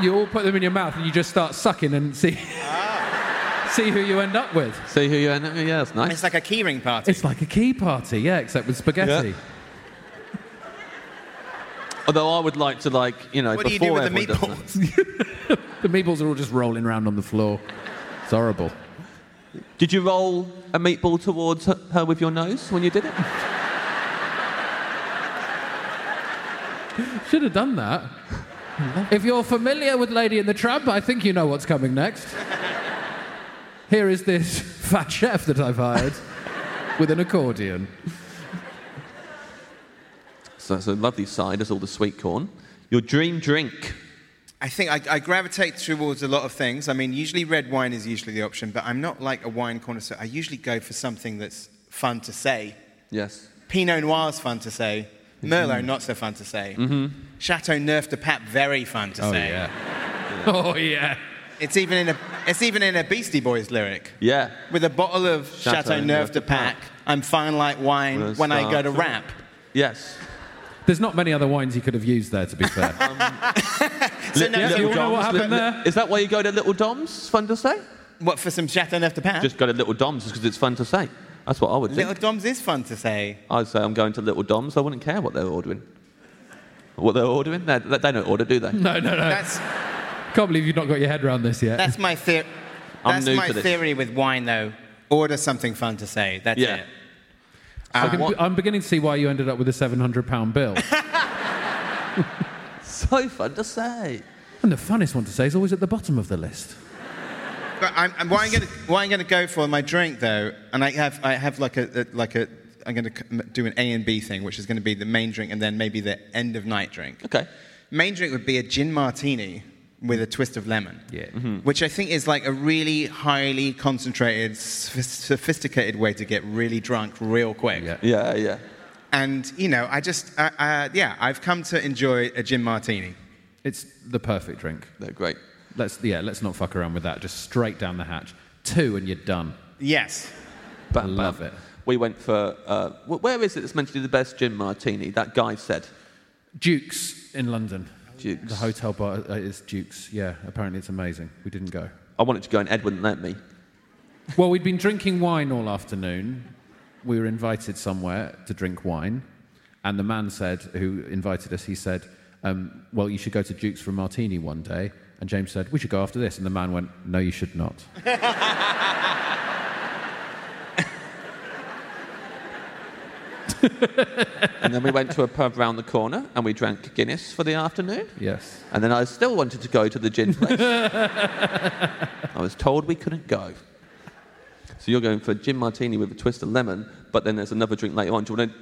Speaker 2: you all put them in your mouth and you just start sucking and see, see who you end up with.
Speaker 3: See who you end up with. Yeah, that's nice.
Speaker 4: It's like a keyring party.
Speaker 2: It's like a key party, yeah, except with spaghetti.
Speaker 3: Yeah. Although I would like to, like, you know,
Speaker 4: What do you
Speaker 3: before
Speaker 4: do with the
Speaker 3: everyone does that-
Speaker 4: meatballs?
Speaker 2: The meatballs are all just rolling around on the floor. It's horrible.
Speaker 3: Did you roll a meatball towards her, her with your nose when you did it?
Speaker 2: Should have done that. If you're familiar with Lady in the Tramp, I think you know what's coming next. Here is this fat chef that I've hired with an accordion.
Speaker 3: So it's a lovely side. There's all the sweet corn. Your dream drink.
Speaker 4: I think I, I gravitate towards a lot of things. I mean, usually red wine is usually the option, but I'm not like a wine connoisseur. I usually go for something that's fun to say.
Speaker 3: Yes.
Speaker 4: Pinot Noir's fun to say. Merlot,
Speaker 3: Mm-hmm.
Speaker 4: not so fun to say. Chateau Neuf de Pape, very fun to say.
Speaker 2: Oh, yeah.
Speaker 4: It's even in a it's even in a Beastie Boys lyric.
Speaker 3: Yeah.
Speaker 4: With a bottle of Chateau, Neuf de Pape, I'm fine like wine
Speaker 3: We'll
Speaker 4: when I
Speaker 3: start
Speaker 4: go to
Speaker 3: to-
Speaker 4: rap.
Speaker 3: Yes.
Speaker 2: There's not many other wines he could have used there, to be fair.
Speaker 4: So now,
Speaker 2: yeah,
Speaker 4: so
Speaker 2: you all know what happened there?
Speaker 3: Is that why you go to Little Dom's? Fun to say.
Speaker 4: what for some Chateau Neuf de Pape?
Speaker 3: Just go to Little Dom's because it's fun to say. That's what I would
Speaker 4: Little
Speaker 3: think.
Speaker 4: Dom's is fun to say.
Speaker 3: I'd say I'm going to Little Dom's. I wouldn't care what they're ordering. What they're ordering? They, they don't order, do they?
Speaker 2: No, no, no.
Speaker 4: That's
Speaker 2: Can't believe you've not got your head around this yet.
Speaker 4: that's my theory.
Speaker 3: I'm
Speaker 4: That's
Speaker 3: new
Speaker 4: my
Speaker 3: to this.
Speaker 4: theory with wine, though. Order something fun to say. That's
Speaker 3: Yeah.
Speaker 4: it.
Speaker 2: I can, I'm beginning to see why you ended up with a £700 bill.
Speaker 3: So fun to say.
Speaker 2: and the funnest one to say is always at the bottom of the list.
Speaker 4: But I'm, I'm, what I'm gonna what I'm gonna go for my drink though, and I have I have like a, a like a I'm gonna c- do an A and B thing, which is gonna be the main drink and then maybe the end of night drink.
Speaker 3: Okay.
Speaker 4: Main drink would be a gin martini with a twist of lemon. Yeah. Which I think is like a really highly concentrated, soph- sophisticated way to get really drunk real quick.
Speaker 2: Yeah.
Speaker 3: Yeah, yeah.
Speaker 4: And you know, I just uh, uh, yeah, I've come to enjoy a gin martini.
Speaker 2: It's the perfect drink.
Speaker 3: They're great.
Speaker 2: Let's, yeah, let's not fuck around with that. Just straight down the hatch. Two and you're done.
Speaker 4: Yes.
Speaker 3: Bam,
Speaker 2: I love it.
Speaker 3: We went for uh, wh- where is it that's meant to do the best gin martini? That guy said.
Speaker 2: Duke's in London.
Speaker 3: Duke's.
Speaker 2: The hotel bar uh, is Duke's. Yeah, apparently it's amazing. We didn't go.
Speaker 3: I wanted to go and Ed wouldn't let me.
Speaker 2: Well, we'd been drinking wine all afternoon. We were invited somewhere to drink wine. And the man said, who invited us, he said, um, Well, you should go to Duke's for a martini one day. And James said, We should go after this. And the man went, No, you should not.
Speaker 3: And then we went to a pub round the corner and we drank Guinness for the afternoon.
Speaker 2: Yes.
Speaker 3: And then I still wanted to go to the gin place. I was told we couldn't go. So you're going for gin martini with a twist of lemon, but then there's another drink later on. Do you want to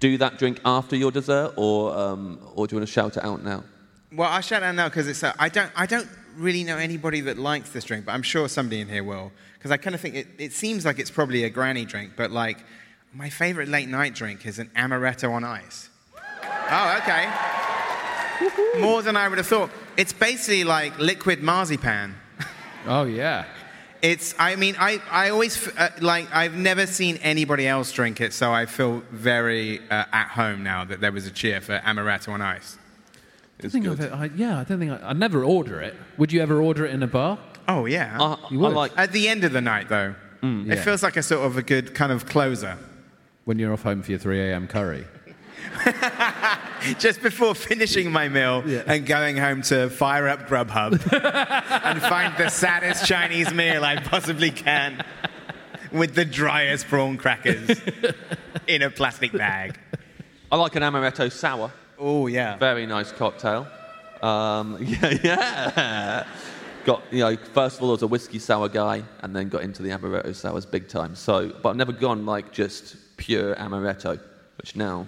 Speaker 3: do that drink after your dessert, or um, or do you want to shout it out now?
Speaker 4: Well, I'll shout out now because it's. Uh, I don't. I don't really know anybody that likes this drink, but I'm sure somebody in here will. Because I kind of think it, it seems like it's probably a granny drink, but like my favorite late night drink is an amaretto on ice. Oh, okay. More than I would have thought. It's basically like liquid marzipan.
Speaker 2: Oh, yeah.
Speaker 4: It's. I mean, I. I always f- uh, like. I've never seen anybody else drink it, so I feel very uh, at home now that there was a cheer for amaretto on ice.
Speaker 2: I think I've- I- yeah, I don't think I, I never order it. Would you ever order it in a bar?
Speaker 4: Oh yeah.
Speaker 3: I,
Speaker 2: You
Speaker 3: I
Speaker 2: would.
Speaker 3: like Mm,
Speaker 4: At the end of the night, though, it
Speaker 2: yeah.
Speaker 4: feels like a sort of a good kind of closer.
Speaker 2: When you're off home for your 3 a.m. curry.
Speaker 4: Just before finishing my meal and going home to fire up Grubhub and find the saddest Chinese meal I possibly can with the driest prawn crackers in a plastic bag.
Speaker 3: I like an amaretto sour.
Speaker 4: Oh, yeah.
Speaker 3: Very nice cocktail. Um, yeah, yeah. Got you know, first of all, I was a whiskey sour guy, and then got into the amaretto sours big time. So, but I've never gone like just pure amaretto, which now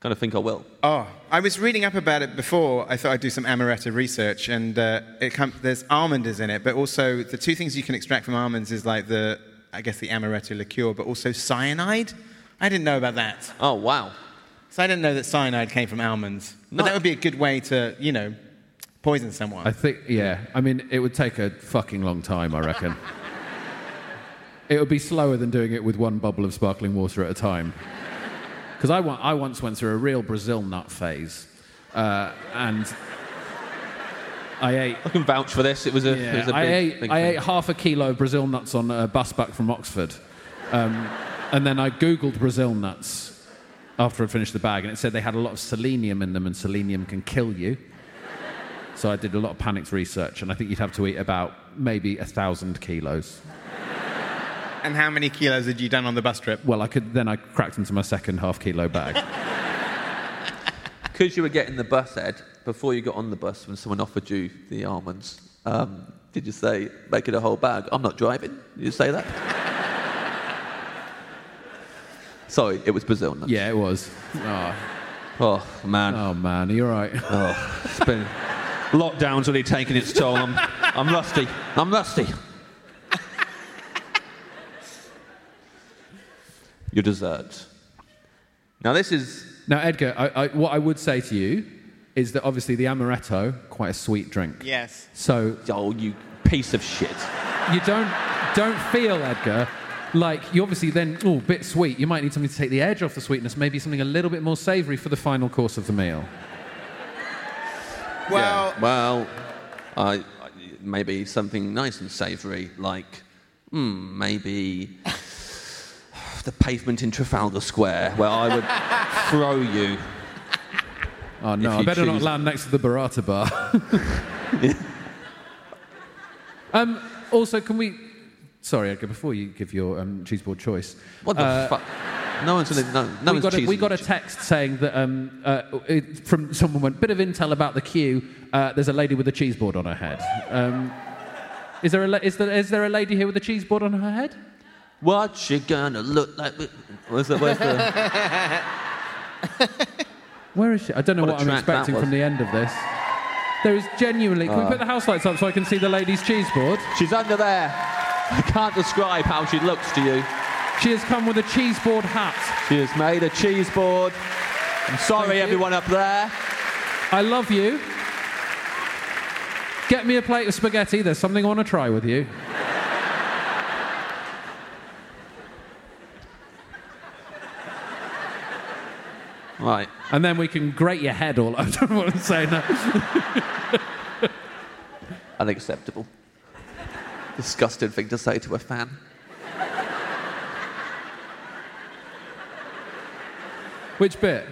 Speaker 3: kind of think I will.
Speaker 2: Uh,
Speaker 4: Oh, I was reading up about it before. I thought I'd do some amaretto research, and uh, it com- there's almond is in it, but also the two things you can extract from almonds is like the, I guess, the amaretto liqueur, but also cyanide. I didn't know about that.
Speaker 3: Oh wow,
Speaker 4: So I didn't know that cyanide came from almonds. But
Speaker 3: No.
Speaker 4: that would be a good way to, you know, poison someone.
Speaker 2: I think, yeah. I mean, it would take a fucking long time, I reckon. it would be slower than doing it with one bubble of sparkling water at a time. Because I, wa- I once went through a real Brazil nut phase. Uh, and I ate.
Speaker 3: I can vouch for this. It was a.
Speaker 2: Yeah,
Speaker 3: it was a
Speaker 2: I,
Speaker 3: big,
Speaker 2: ate,
Speaker 3: big
Speaker 2: I
Speaker 3: thing.
Speaker 2: ate half a kilo of Brazil nuts on a bus back from Oxford. Um, and then I Googled Brazil nuts after I'd finished the bag, and it said they had a lot of selenium in them, and selenium can kill you. So I did a lot of panicked research, and I think you'd have to eat about maybe a thousand kilos.
Speaker 4: And how many kilos had you done on the bus trip?
Speaker 2: Well, I could then I cracked into my second half kilo bag.
Speaker 3: Because you were getting the bus, Ed, before you got on the bus, when someone offered you the almonds, um, did you say, make it a whole bag? I'm not driving. Did you say that? Sorry, it was Brazil nuts.
Speaker 2: yeah, it was. Oh,
Speaker 3: Oh, man.
Speaker 2: oh man, are you all right?
Speaker 3: Oh, it's been. Lockdown's really taking its toll. I'm, I'm rusty. I'm rusty. Your dessert. Now, this is.
Speaker 2: Now, Edgar, I, I, what I would say to you is that obviously the amaretto, quite a sweet drink.
Speaker 4: Yes.
Speaker 2: So
Speaker 3: Oh, you piece of shit.
Speaker 2: you don't don't feel Edgar like you obviously then oh bit sweet you might need something to take the edge off the sweetness maybe something a little bit more savory for the final course of the meal
Speaker 4: Well,
Speaker 3: Well, I, I- maybe something nice and savoury, like hmm, maybe the pavement in Trafalgar Square, where I would throw you.
Speaker 2: oh
Speaker 3: If
Speaker 2: no
Speaker 3: you
Speaker 2: I better not
Speaker 3: choose-
Speaker 2: land next to the burrata bar um, also can we sorry Edgar before you give your um, cheese board choice
Speaker 3: What the
Speaker 2: uh,
Speaker 3: fuck? No one's gonna- no, no
Speaker 2: we,
Speaker 3: one's
Speaker 2: got a, we
Speaker 3: cheesing
Speaker 2: got a
Speaker 3: you.
Speaker 2: text saying that um, uh, it, from someone went bit of intel about the queue. Uh, there's a lady with a cheese board on her head. Um, is there a la- is there is there a lady here with a cheese board on her head?
Speaker 3: What you gonna look like? with- Where's the, where's the
Speaker 2: Where is she? I don't know
Speaker 3: What a
Speaker 2: what, I'm
Speaker 3: track that
Speaker 2: expecting
Speaker 3: was.
Speaker 2: from the end of this. There is genuinely. Can
Speaker 3: Ah.
Speaker 2: we put the house lights up so I can see the lady's cheese board?
Speaker 3: She's under there. I can't describe how she looks to you.
Speaker 2: She has come with a cheese board hat.
Speaker 3: She has made a cheese board. I'm
Speaker 2: Thank
Speaker 3: sorry,
Speaker 2: you.
Speaker 3: everyone up there.
Speaker 2: I love you. Get me a plate of spaghetti. There's something I want to try with you.
Speaker 3: Right.
Speaker 2: And then we can grate your head all. I don't want to say no.
Speaker 3: Unacceptable. Disgusting thing to say to a fan.
Speaker 2: Which bit?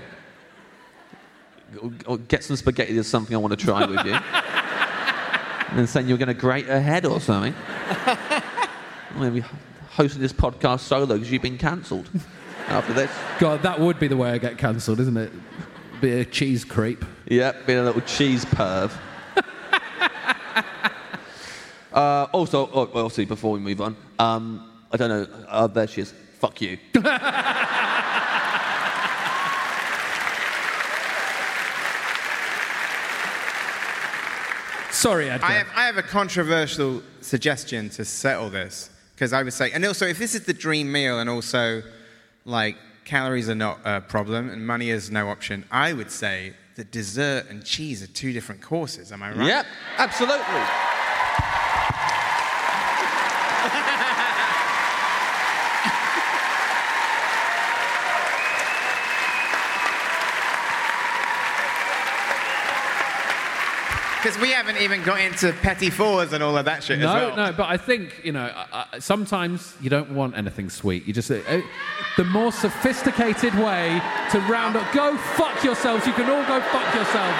Speaker 3: Or- or Oh, Get some spaghetti, there's something I want to try with you. and then saying you're going to grate her head or something. I mean, we hosted this podcast solo because you've been cancelled after this.
Speaker 2: God, that would be the way I get cancelled, isn't it? Be a cheese creep.
Speaker 3: Yep, being a little cheese perv. uh, also, oh, well, see, before we move on, um, I don't know. Uh, there she is. Fuck you.
Speaker 2: Sorry, Edgar.
Speaker 4: I have, I have a controversial suggestion to settle this because I would say, and also if this is the dream meal, and also like calories are not a problem and money is no option, I would say that dessert and cheese are two different courses. Am I right?
Speaker 3: Yep, absolutely.
Speaker 4: Because we haven't even got into petit fours and all of that shit.
Speaker 2: no,
Speaker 4: as well.
Speaker 2: no, but I think you know. I, I, sometimes you don't want anything sweet. You just uh, the more sophisticated way to round up. Go fuck yourselves. You can all go fuck yourselves.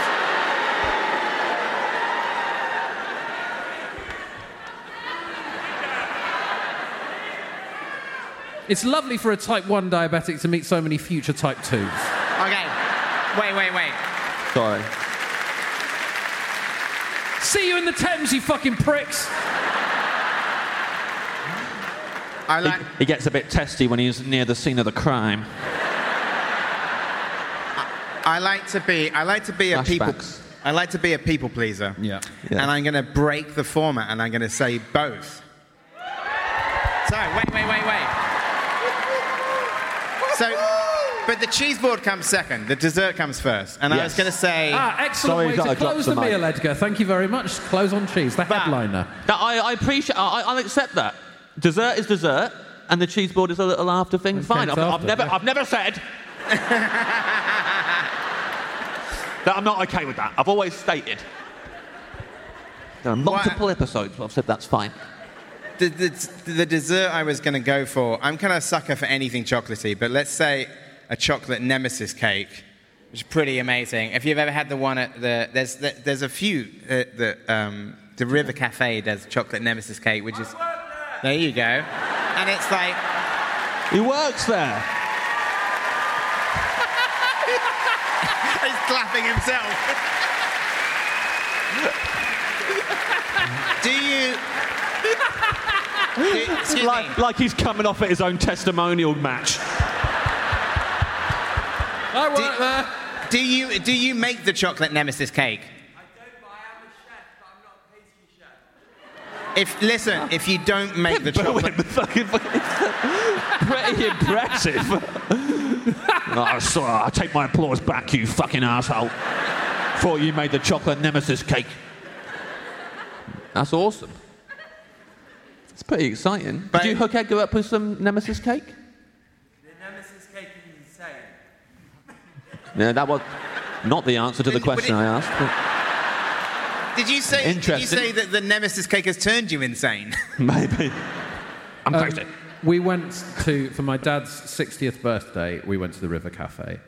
Speaker 2: It's lovely for a type 1 diabetic to meet so many future type 2s.
Speaker 4: Okay. Wait, wait, wait.
Speaker 3: Sorry.
Speaker 2: See you in the Thames, you fucking pricks.
Speaker 4: I
Speaker 3: He,
Speaker 4: like.
Speaker 3: he gets a bit testy when he's near the scene of the crime.
Speaker 4: I like to be. I like to be a people.
Speaker 3: Flashbacks.
Speaker 4: I like to be a people pleaser.
Speaker 2: Yeah.
Speaker 3: Yeah.
Speaker 4: And I'm going to break the format, and I'm going to say both. So wait, wait, wait, wait. So, but the cheese board comes second. The dessert comes first, and I was
Speaker 3: Yes.
Speaker 4: going to say.
Speaker 2: Ah, excellent
Speaker 3: Sorry,
Speaker 2: way
Speaker 3: gotta
Speaker 2: to
Speaker 3: drop
Speaker 2: close
Speaker 3: the
Speaker 2: the
Speaker 3: mic.
Speaker 2: meal, Edgar. Thank you very much. Close on cheese, the headliner.
Speaker 3: That, I, I appreciate. I, I'll accept that. Dessert is dessert, and the cheese board is a little after thing. Fine.
Speaker 2: it's
Speaker 3: I've, I've
Speaker 2: after,
Speaker 3: never.
Speaker 2: yeah.
Speaker 3: I've never said That- I'm not okay with that. I've always stated. There are multiple episodes where I've said that's fine.
Speaker 4: The, the, the dessert I was going to go for, I'm kind of a sucker for anything chocolatey, but let's say a chocolate nemesis cake, which is pretty amazing. If you've ever had the one at the, there's, there- there's a few, uh, the, um, the River Cafe does chocolate nemesis cake, which is, there you go. And it's like,
Speaker 3: He works there.
Speaker 4: He's clapping himself. do you? do- excuse me.
Speaker 3: like, like he's coming off at his own testimonial match.
Speaker 4: I work do, there. Do you do you make the chocolate nemesis cake? If listen, if you don't make the chocolate,
Speaker 3: Pretty impressive. oh, sorry, I take my applause back, you fucking asshole. Thought you made the chocolate nemesis cake. That's awesome. It's pretty exciting. Did you hook Edgar up with some nemesis cake?
Speaker 9: Nemesis cake is insane.
Speaker 3: No, that was not the answer to the question I asked.
Speaker 4: did you say did you
Speaker 3: Interesting.
Speaker 4: say that the nemesis cake has turned you insane?
Speaker 3: Maybe. I'm
Speaker 2: Um,
Speaker 3: posted.
Speaker 2: We went to, for my dad's 60th birthday, we went to the River Cafe.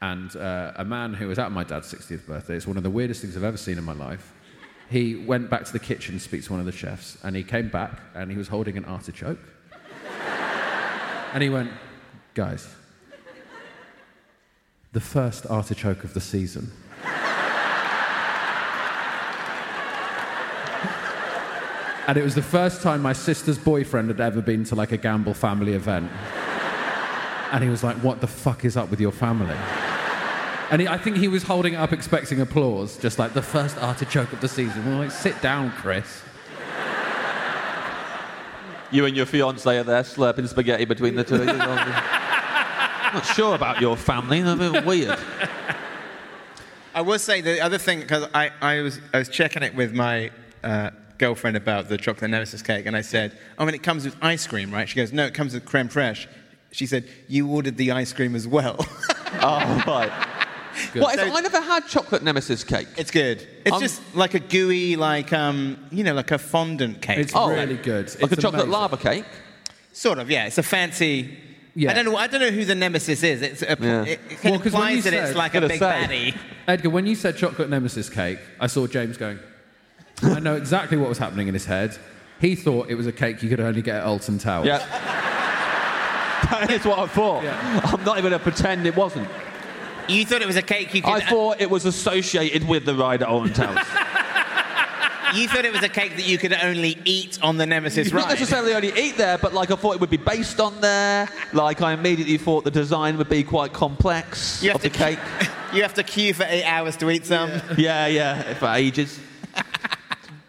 Speaker 2: And uh, a man who was at my dad's 60th birthday, it's one of the weirdest things I've ever seen in my life. He went back to the kitchen to speak to one of the chefs, and he came back and he was holding an artichoke. and he went, Guys, the first artichoke of the season. And it was the first time my sister's boyfriend had ever been to like a gamble family event. And he was like, What the fuck is up with your family? And he, I think he was holding it up expecting applause, just like the first artichoke of the season. We're like, Sit down, Chris.
Speaker 3: You and your fiance are there slurping spaghetti between the two of you. Not sure about your family. They're a bit weird.
Speaker 4: I will say the other thing because I, I was I was checking it with my uh, girlfriend about the chocolate nemesis cake, and I said, "Oh, and it comes with ice cream, right?" She goes, "No, it comes with creme fraiche." She said, "You ordered the ice cream as well."
Speaker 3: oh right. What is, I never had chocolate nemesis cake.
Speaker 4: It's good. It's just like a gooey, like um, you know, like a fondant cake. Oh,
Speaker 2: It's really good.
Speaker 3: Oh, Like a chocolate lava cake.
Speaker 4: Sort of, yeah. It's a fancy.
Speaker 2: Yeah.
Speaker 4: I don't know. I don't know who the nemesis is. It's a,
Speaker 2: Yeah.
Speaker 4: it, it kind of
Speaker 2: 'cause when you
Speaker 4: implies that it's
Speaker 2: said-
Speaker 4: like a big baddie.
Speaker 2: Edgar, when you said chocolate nemesis cake, I saw James going, I know exactly what was happening in his head. He thought it was a cake you could only get at Alton Towers.
Speaker 3: Yeah. that is what I thought. I'm not even going to pretend it wasn't.
Speaker 4: You thought it was a cake you could.
Speaker 3: I thought it was associated with the ride at Orange Towers.
Speaker 4: You thought it was a cake that you could only eat on the nemesis
Speaker 3: It's not
Speaker 4: ride.
Speaker 3: necessarily only eat there, but like I thought it would be based on there. Like I immediately thought the design would be quite complex of the cake.
Speaker 4: You have to queue for eight hours to eat some.
Speaker 3: yeah, yeah, for ages.